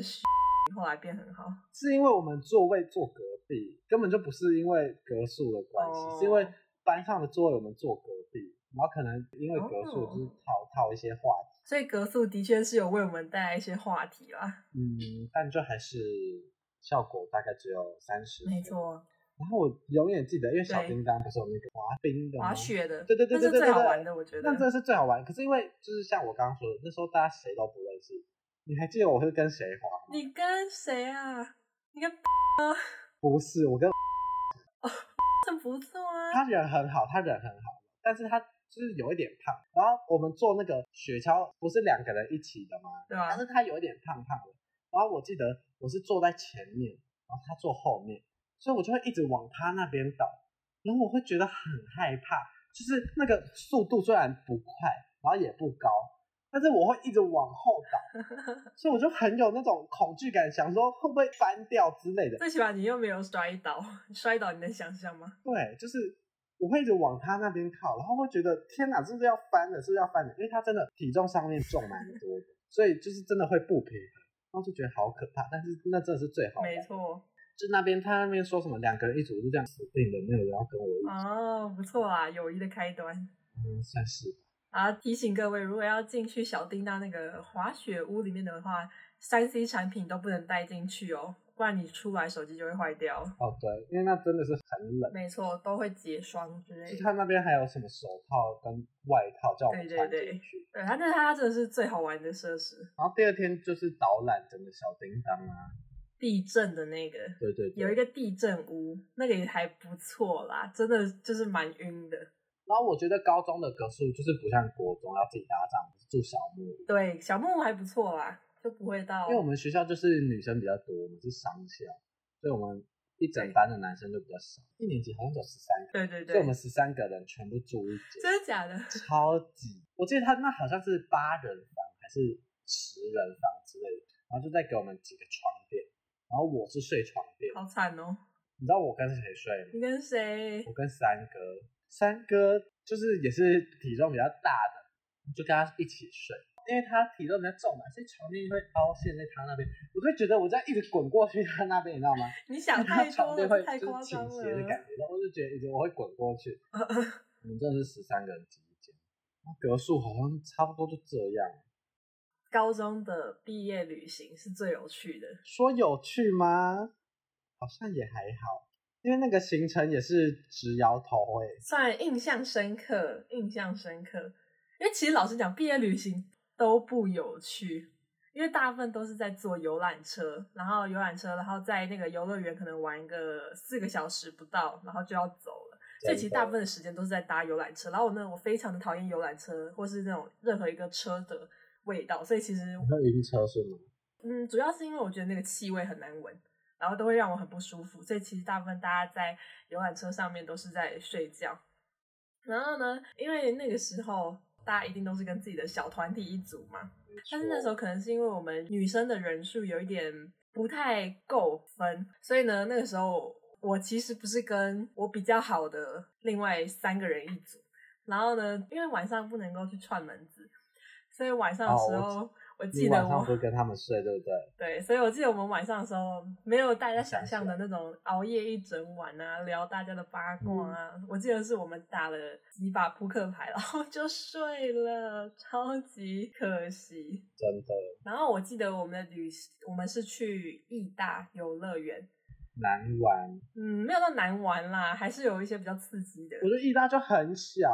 [SPEAKER 2] 后来变很好。
[SPEAKER 1] 是因为我们座位坐隔壁，根本就不是因为格数的关系，
[SPEAKER 2] 哦
[SPEAKER 1] 是因为班上的座位我们坐隔壁，然后可能因为格数
[SPEAKER 2] 哦
[SPEAKER 1] 就是套、套一些话题，
[SPEAKER 2] 所以格素的确是有为我们带来一些话题啦，
[SPEAKER 1] 嗯，但就还是效果大概只有三十。
[SPEAKER 2] 没。错，
[SPEAKER 1] 然后我永远记得，因为小
[SPEAKER 2] 对
[SPEAKER 1] 叮当不是有那个滑冰的吗
[SPEAKER 2] 滑，雪的，
[SPEAKER 1] 对对对对对
[SPEAKER 2] 那是最好
[SPEAKER 1] 对
[SPEAKER 2] 玩的，我觉得
[SPEAKER 1] 那。真的是最好玩。可是因为就是像我刚刚说的，那时候大家谁都不认识，你还记得我会跟谁滑吗？
[SPEAKER 2] 你跟谁啊？
[SPEAKER 1] 不是，我跟。
[SPEAKER 2] 很不错啊，
[SPEAKER 1] 他人很好，他人很好，但是他就是有一点胖。然后我们做那个雪橇，不是两个人一起的吗？
[SPEAKER 2] 对吧、
[SPEAKER 1] 但是他有一点胖胖的。然后我记得我是坐在前面，然后他坐后面，所以我就会一直往他那边倒，然后我会觉得很害怕，就是那个速度虽然不快，然后也不高，但是我会一直往后倒，所以我就很有那种恐惧感，想说会不会翻掉之类的。
[SPEAKER 2] 最起码你又没有摔倒，摔倒你能想象吗？
[SPEAKER 1] 对，就是我会一直往他那边靠，然后会觉得天哪，是不是要翻了？是不是要翻了？因为他真的体重上面重蛮多的，所以就是真的会不平衡，然后就觉得好可怕。但是那真的是最好玩
[SPEAKER 2] 没，错，
[SPEAKER 1] 就那边他那边说什么两个人一组就这样死定的，没有人要跟我一起，
[SPEAKER 2] 哦，不错啊，友谊的开端。
[SPEAKER 1] 嗯，算是
[SPEAKER 2] 啊，提醒各位，如果要进去小叮当那个滑雪屋里面的话，三 C 产品都不能带进去哦，不然你出来手机就会坏掉。
[SPEAKER 1] 哦对，因为那真的是很冷。
[SPEAKER 2] 没错，都会结霜之类
[SPEAKER 1] 就
[SPEAKER 2] 的。
[SPEAKER 1] 他那边还有什么手套跟外套叫我们
[SPEAKER 2] 对对
[SPEAKER 1] 穿
[SPEAKER 2] 对
[SPEAKER 1] 进去，
[SPEAKER 2] 对，它那它真的是最好玩的设施，
[SPEAKER 1] 然后第二天就是导览整个小叮当啊，
[SPEAKER 2] 地震的那个
[SPEAKER 1] 对对对
[SPEAKER 2] 有一，个地震屋，那个也还不错啦，真的就是蛮晕的。
[SPEAKER 1] 然后我觉得高中的格数就是不像国中要自己搭帐篷，住小木屋，
[SPEAKER 2] 对，小木屋还不错啦，就不会到
[SPEAKER 1] 因为我们学校就是女生比较多，我们是商校，所以我们一整班的男生就比较少。一年级好像只有十三个，
[SPEAKER 2] 对对
[SPEAKER 1] 所以我
[SPEAKER 2] 对
[SPEAKER 1] 们，十三个人全部住一间，
[SPEAKER 2] 真的假的？
[SPEAKER 1] 超级。我记得他那好像是八人房还是十人房之类的，然后就再给我们几个床垫，然后我是睡床垫，
[SPEAKER 2] 好惨哦！
[SPEAKER 1] 你知道我跟谁睡吗？
[SPEAKER 2] 你跟谁
[SPEAKER 1] 我？跟三哥，三哥就是也是体重比较大的，就跟他一起睡，因为他体重比较重嘛，所以床垫会凹陷在他那边，我就觉得我这样一直滚过去他那边，你知道吗？
[SPEAKER 2] 你想
[SPEAKER 1] 他
[SPEAKER 2] 太
[SPEAKER 1] 床
[SPEAKER 2] 多
[SPEAKER 1] 垫会
[SPEAKER 2] 了，太
[SPEAKER 1] 就
[SPEAKER 2] 夸
[SPEAKER 1] 是倾
[SPEAKER 2] 张
[SPEAKER 1] 斜的感
[SPEAKER 2] 了。
[SPEAKER 1] 觉，然后我就觉得一直我会滚过去。我们真的是十三个人挤一间，那格数好像差不多就这样。
[SPEAKER 2] 高中的毕业旅行是最有趣的。
[SPEAKER 1] 说有趣吗？好像也还好，因为那个行程也是直摇头欸诶、
[SPEAKER 2] 算印象深刻，印象深刻。因为其实老实讲，毕业旅行都不有趣，因为大部分都是在坐游览车，然后游览车，然后在那个游乐园可能玩个四个小时不到，然后就要走了。所以其实大部分的时间都是在搭游览车。然后我呢，我非常的讨厌游览车或是那种任何一个车的味道，所以其实
[SPEAKER 1] 你会晕车是吗？
[SPEAKER 2] 嗯，主要是因为我觉得那个气味很难闻，然后都会让我很不舒服，所以其实大部分大家在游览车上面都是在睡觉。然后呢，因为那个时候大家一定都是跟自己的小团体一组嘛，但是那时候可能是因为我们女生的人数有一点不太够分，所以呢，那个时候我其实不是跟我比较好的另外三个人一组，然后呢，因为晚上不能够去串门子，所以晚上的时候、
[SPEAKER 1] 哦
[SPEAKER 2] 我
[SPEAKER 1] 你
[SPEAKER 2] 记得
[SPEAKER 1] 晚上
[SPEAKER 2] 我
[SPEAKER 1] 不是跟他们睡对不对？
[SPEAKER 2] 对，所以我记得我们晚上的时候，没有大家想象的那种熬夜一整晚啊，聊大家的八卦啊。我记得是我们打了几把扑克牌，然后就睡了，超级可惜。
[SPEAKER 1] 真的，
[SPEAKER 2] 然后我记得我们的旅，我们是去义大游乐园，
[SPEAKER 1] 难玩。
[SPEAKER 2] 嗯，没有到难玩啦，还是有一些比较刺激的
[SPEAKER 1] 我。觉得义大就很小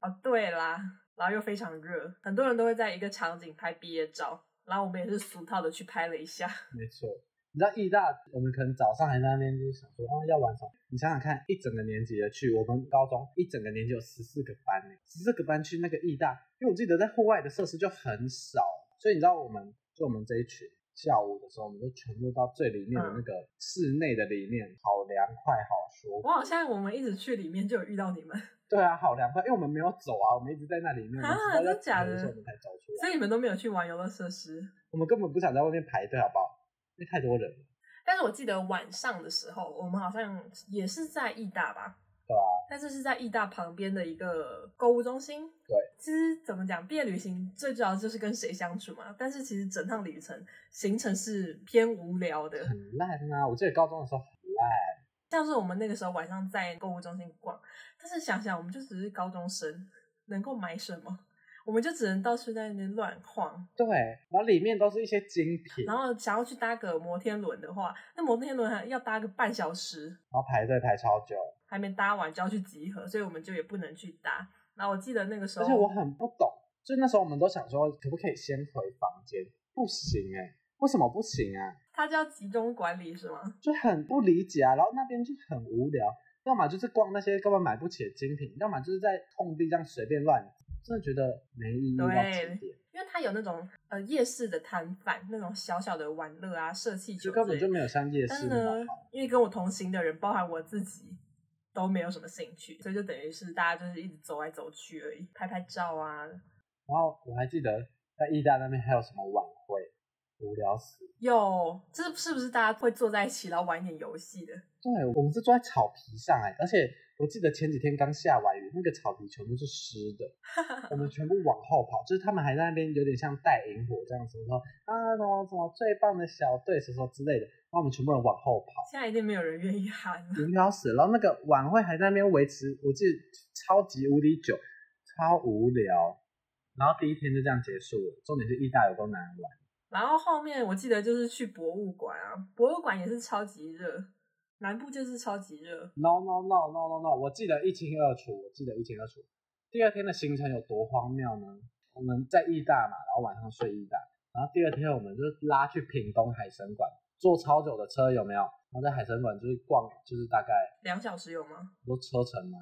[SPEAKER 1] 啊，
[SPEAKER 2] 哦，对啦，然后又非常热，很多人都会在一个场景拍毕业照，然后我们也是俗套的去拍了一下。
[SPEAKER 1] 没错。你知道义大，我们可能早上还在那边就是想说，哦，要玩什么？你想想看，一整个年级的去，我们高中一整个年级有十四个班呢，十四个班去那个义大，因为我记得在户外的设施就很少，所以你知道我们就我们这一群下午的时候，我们就全部到最里面的
[SPEAKER 2] 嗯
[SPEAKER 1] 那个室内的里面，好凉快，好舒服。
[SPEAKER 2] 我好像我们一直去里面就有遇到你们，
[SPEAKER 1] 对啊，好凉快，因为我们没有走啊，我们一直在那里面，
[SPEAKER 2] 啊
[SPEAKER 1] 我们直到
[SPEAKER 2] 真假的
[SPEAKER 1] 时候我们才走出来，
[SPEAKER 2] 所以你们都没有去玩游乐设施。
[SPEAKER 1] 我们根本不想在外面排队，好不好？因为太多人了。
[SPEAKER 2] 但是我记得晚上的时候，我们好像也是在义大吧？
[SPEAKER 1] 对啊。
[SPEAKER 2] 但是是在义大旁边的一个购物中心。
[SPEAKER 1] 对。
[SPEAKER 2] 其实怎么讲，毕业旅行最主要就是跟谁相处嘛。但是其实整趟旅程行程是偏无聊的，
[SPEAKER 1] 很烂啊！我记得高中的时候很烂，
[SPEAKER 2] 像是我们那个时候晚上在购物中心逛，但是想想我们就只是高中生，能够买什么？我们就只能到处在那边乱晃，
[SPEAKER 1] 对，然后里面都是一些精品，
[SPEAKER 2] 然
[SPEAKER 1] 然后
[SPEAKER 2] 后想要去搭个摩天轮的话，那摩天轮还要搭个半小时，
[SPEAKER 1] 排队排超久，
[SPEAKER 2] 还没搭完就要去集合，所以我们就也不能去搭。然后我记得那个时
[SPEAKER 1] 而
[SPEAKER 2] 候，
[SPEAKER 1] 且我很不懂，就那时候我们都想说，可不可以先回房间？不行哎、为什么不行啊？
[SPEAKER 2] 他叫集中管理是吗？
[SPEAKER 1] 就很不理解啊。然后那边就很无聊，要么就是逛那些根本买不起的精品，要么就是在空地这样随便乱，真的觉得没意义到极点，
[SPEAKER 2] 因为他有那种呃夜市的摊贩，那种小小的玩乐啊、射气
[SPEAKER 1] 就
[SPEAKER 2] 球之类
[SPEAKER 1] 根
[SPEAKER 2] 的，
[SPEAKER 1] 本就没有像夜
[SPEAKER 2] 但
[SPEAKER 1] 市
[SPEAKER 2] 是
[SPEAKER 1] 那么
[SPEAKER 2] 呢
[SPEAKER 1] 好。，
[SPEAKER 2] 因为跟我同行的人，包含我自己，都没有什么兴趣，所以就等于是大家就是一直走来走去而已，拍拍照啊。
[SPEAKER 1] 然后我还记得在意大那边还有什么晚会，无聊死了。
[SPEAKER 2] 有，这是不是大家会坐在一起，然后玩一点游戏的？
[SPEAKER 1] 对，我们是坐在草皮上哎、而且我记得前几天刚下完雨，那个草皮全部是湿的，我们全部往后跑，就是他们还在那边有点像带萤火这样子说啊，怎么怎么最棒的小队什么什么之类的，然后我们全部人往后跑，
[SPEAKER 2] 现在一定没有人愿意喊了。
[SPEAKER 1] 无聊死了。然后那个晚会还在那边维持，我记得超级无敌久，超无聊。然后第一天就这样结束了，重点是意大有多难玩，
[SPEAKER 2] 然后后面我记得就是去博物馆啊，博物馆也是超级热，南部就是超级热。
[SPEAKER 1] No no no no no no，我记得一清二楚，我记得一清二楚。第二天的行程有多荒谬呢？我们在义大嘛，然后晚上睡义大，然后第二天我们就拉去屏东海神馆，坐超久的车有没有？然后在海神馆就是逛，就是大概
[SPEAKER 2] 两小时有吗？
[SPEAKER 1] 都车程嘛，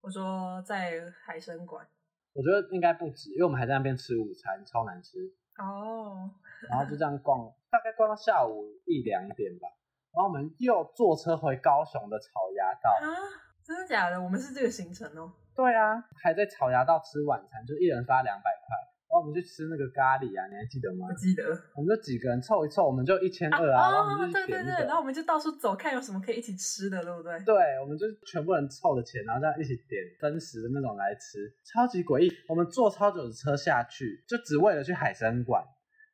[SPEAKER 2] 我说在海参馆。
[SPEAKER 1] 我觉得应该不止，因为我们还在那边吃午餐，超难吃。
[SPEAKER 2] 哦，
[SPEAKER 1] 然后就这样逛，大概逛到下午一两点吧。然后我们又坐车回高雄的草衙道，
[SPEAKER 2] 啊，真的假的？我们是这个行程哦。
[SPEAKER 1] 对啊，还在草衙道吃晚餐，就一人发两百块。然后我们去吃那个咖喱啊，你还记得吗
[SPEAKER 2] 我？记得。
[SPEAKER 1] 我们就几个人凑一凑，我们就一千二啊，然后我
[SPEAKER 2] 嗯哦，
[SPEAKER 1] 们就
[SPEAKER 2] 对
[SPEAKER 1] 去
[SPEAKER 2] 对
[SPEAKER 1] 点那
[SPEAKER 2] 对，然后
[SPEAKER 1] 个，
[SPEAKER 2] 我们就到处走，看有什么可以一起吃的，对不对？
[SPEAKER 1] 对，我们就是全部人凑的钱，然后这样一起点分食的那种来吃，超级诡异。我们坐超久的车下去，就只为了去海参馆，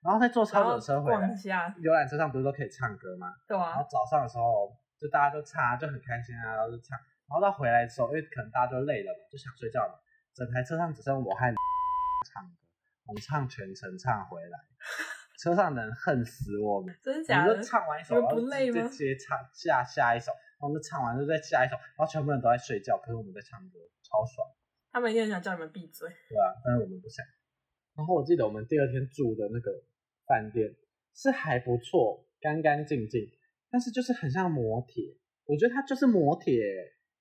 [SPEAKER 1] 然后再坐超
[SPEAKER 2] 然
[SPEAKER 1] 久
[SPEAKER 2] 后
[SPEAKER 1] 的车回
[SPEAKER 2] 逛一
[SPEAKER 1] 来。
[SPEAKER 2] 下，
[SPEAKER 1] 游览车上不是都可以唱歌吗？
[SPEAKER 2] 对
[SPEAKER 1] 然后
[SPEAKER 2] 啊，
[SPEAKER 1] 早上的时候就大家都唱啊，就很开心啊，然后就唱，然后到回来的时候，因为可能大家都累了嘛，就想睡觉了，整台车上只剩我和唱歌，我们唱全程唱回来，车上的人恨死我们。
[SPEAKER 2] 真的
[SPEAKER 1] 我
[SPEAKER 2] 假
[SPEAKER 1] 们就？
[SPEAKER 2] 的
[SPEAKER 1] 唱完一首，然
[SPEAKER 2] 你们
[SPEAKER 1] 后
[SPEAKER 2] 不累吗
[SPEAKER 1] 就接唱下下一首，然后我们唱完就再下一首，然后全部人都在睡觉，可是我们在唱歌，超爽。
[SPEAKER 2] 他们一定很想叫你们闭嘴。
[SPEAKER 1] 对啊，但是我们不想。然后我记得我们第二天住的那个饭店是还不错，干干净净，但是就是很像磨铁。我觉得它就是磨铁，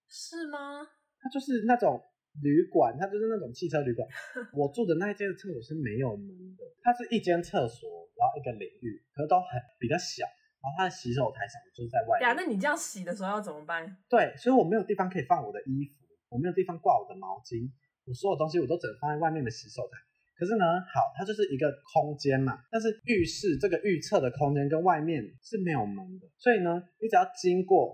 [SPEAKER 2] 是吗？
[SPEAKER 1] 它就是那种旅馆，它就是那种汽车旅馆。我住的那一间的厕所是没有门的，它是一间厕所，然后一个淋浴，可是都很比较小。然后它的洗手台什么就是在外
[SPEAKER 2] 对啊，
[SPEAKER 1] 面，
[SPEAKER 2] 那你这样洗的时候要怎么办？
[SPEAKER 1] 对，所以我没有地方可以放我的衣服，我没有地方挂我的毛巾，我所有东西我都只能放在外面的洗手台。可是呢，好，它就是一个空间嘛，但是浴室这个预测的空间跟外面是没有门的，所以呢，你只要经过，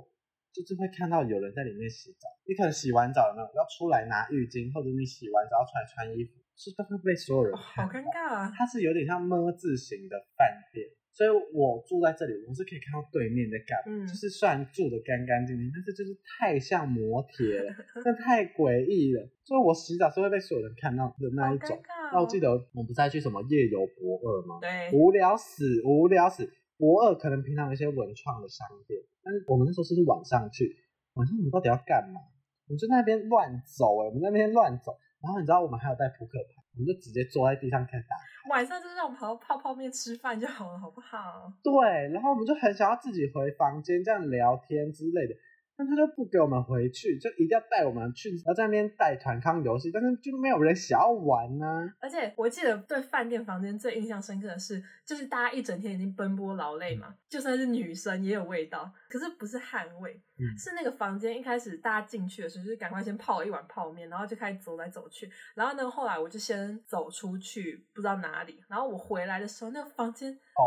[SPEAKER 1] 就是会看到有人在里面洗澡。你可能洗完澡呢要出来拿浴巾，或者你洗完澡要出来穿衣服，是都会被所有人
[SPEAKER 2] 哦好
[SPEAKER 1] 看
[SPEAKER 2] 尴
[SPEAKER 1] 到
[SPEAKER 2] 尬啊！
[SPEAKER 1] 它是有点像么字形的饭店，所以我住在这里，我是可以看到对面在干嘛。
[SPEAKER 2] 嗯
[SPEAKER 1] 就是虽然住的干干净净，但是就是太像磨铁 了，那太诡异了。所以我洗澡是会被所有人看到的那
[SPEAKER 2] 好
[SPEAKER 1] 一
[SPEAKER 2] 尴
[SPEAKER 1] 种。
[SPEAKER 2] 尬、哦。
[SPEAKER 1] 那我记得我们不是还去什么夜游博二吗？
[SPEAKER 2] 对，
[SPEAKER 1] 无聊死，无聊死。博二可能平常有一些文创的商店，但是我们那时候是晚上去，晚上我们到底要干嘛？我们就那边乱走哎、我们那边乱走，然后你知道我们还有带扑克牌，我们就直接坐在地上开始打
[SPEAKER 2] 晚上就是让我们好好泡泡面吃饭就好了，好不好？
[SPEAKER 1] 对，然后我们就很想要自己回房间这样聊天之类的，但他就不给我们回去，就一定要带我们去，然后在那边带团康游戏，但是就没有人想要玩呢、
[SPEAKER 2] 而且我记得对饭店房间最印象深刻的是，就是大家一整天已经奔波劳累
[SPEAKER 1] 嗯
[SPEAKER 2] 嘛，就算是女生也有味道，可是不是汗味，
[SPEAKER 1] 嗯
[SPEAKER 2] 是那个房间一开始大家进去的时候，就是赶快先泡了一碗泡面，然后就开始走来走去，然后呢后来我就先走出去，不知道哪里，然后我回来的时候，那个房间
[SPEAKER 1] 哦，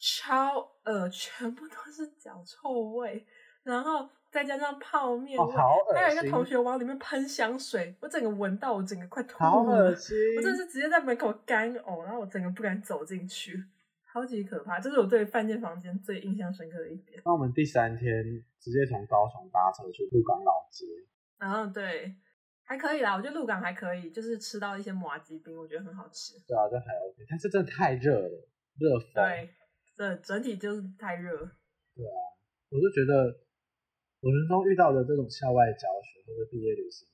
[SPEAKER 2] 超呃全部都是脚臭味，然后再加上泡面
[SPEAKER 1] 哦，
[SPEAKER 2] 味，
[SPEAKER 1] 好恶心，
[SPEAKER 2] 还有一个同学往里面喷香水，我整个闻到，我整个快吐
[SPEAKER 1] 好
[SPEAKER 2] 了
[SPEAKER 1] 恶，心，
[SPEAKER 2] 我真的是直接在门口干呕，然后我整个不敢走进去，超级可怕。这是我对饭店房间最印象深刻的一点。
[SPEAKER 1] 那我们第三天直接从高雄搭车去鹿港老街，
[SPEAKER 2] 然后对，还可以啦，我觉得鹿港还可以，就是吃到一些麻吉冰，我觉得很好吃。
[SPEAKER 1] 对啊，就还 OK，但是真的太热了，热疯。
[SPEAKER 2] 对，这整体就是太热。
[SPEAKER 1] 我就觉得我人生中遇到的这种校外教学或者毕业旅行，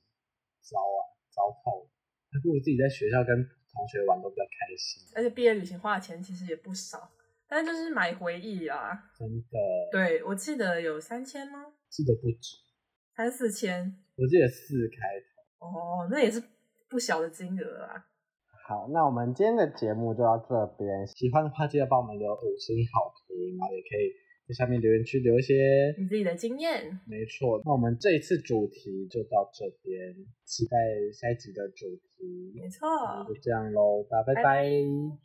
[SPEAKER 1] 糟啊，糟透了，还不如自己在学校跟同学玩都比较开心，
[SPEAKER 2] 而且毕业旅行花的钱其实也不少，但是就是买回忆啊。
[SPEAKER 1] 真的
[SPEAKER 2] 对，我记得有三千吗？
[SPEAKER 1] 记得不止，
[SPEAKER 2] 三四千
[SPEAKER 1] 我记得四开头。
[SPEAKER 2] 哦，那也是不小的金额啊。
[SPEAKER 1] 好，那我们今天的节目就到这边，喜欢的话记得帮我们留五星好评，然后也可以在下面留言区留一些
[SPEAKER 2] 你自己的经验。
[SPEAKER 1] 没错，那我们这一次主题就到这边，期待下一集的主题。
[SPEAKER 2] 没错
[SPEAKER 1] 那。就这样喽，大家拜
[SPEAKER 2] 拜
[SPEAKER 1] 拜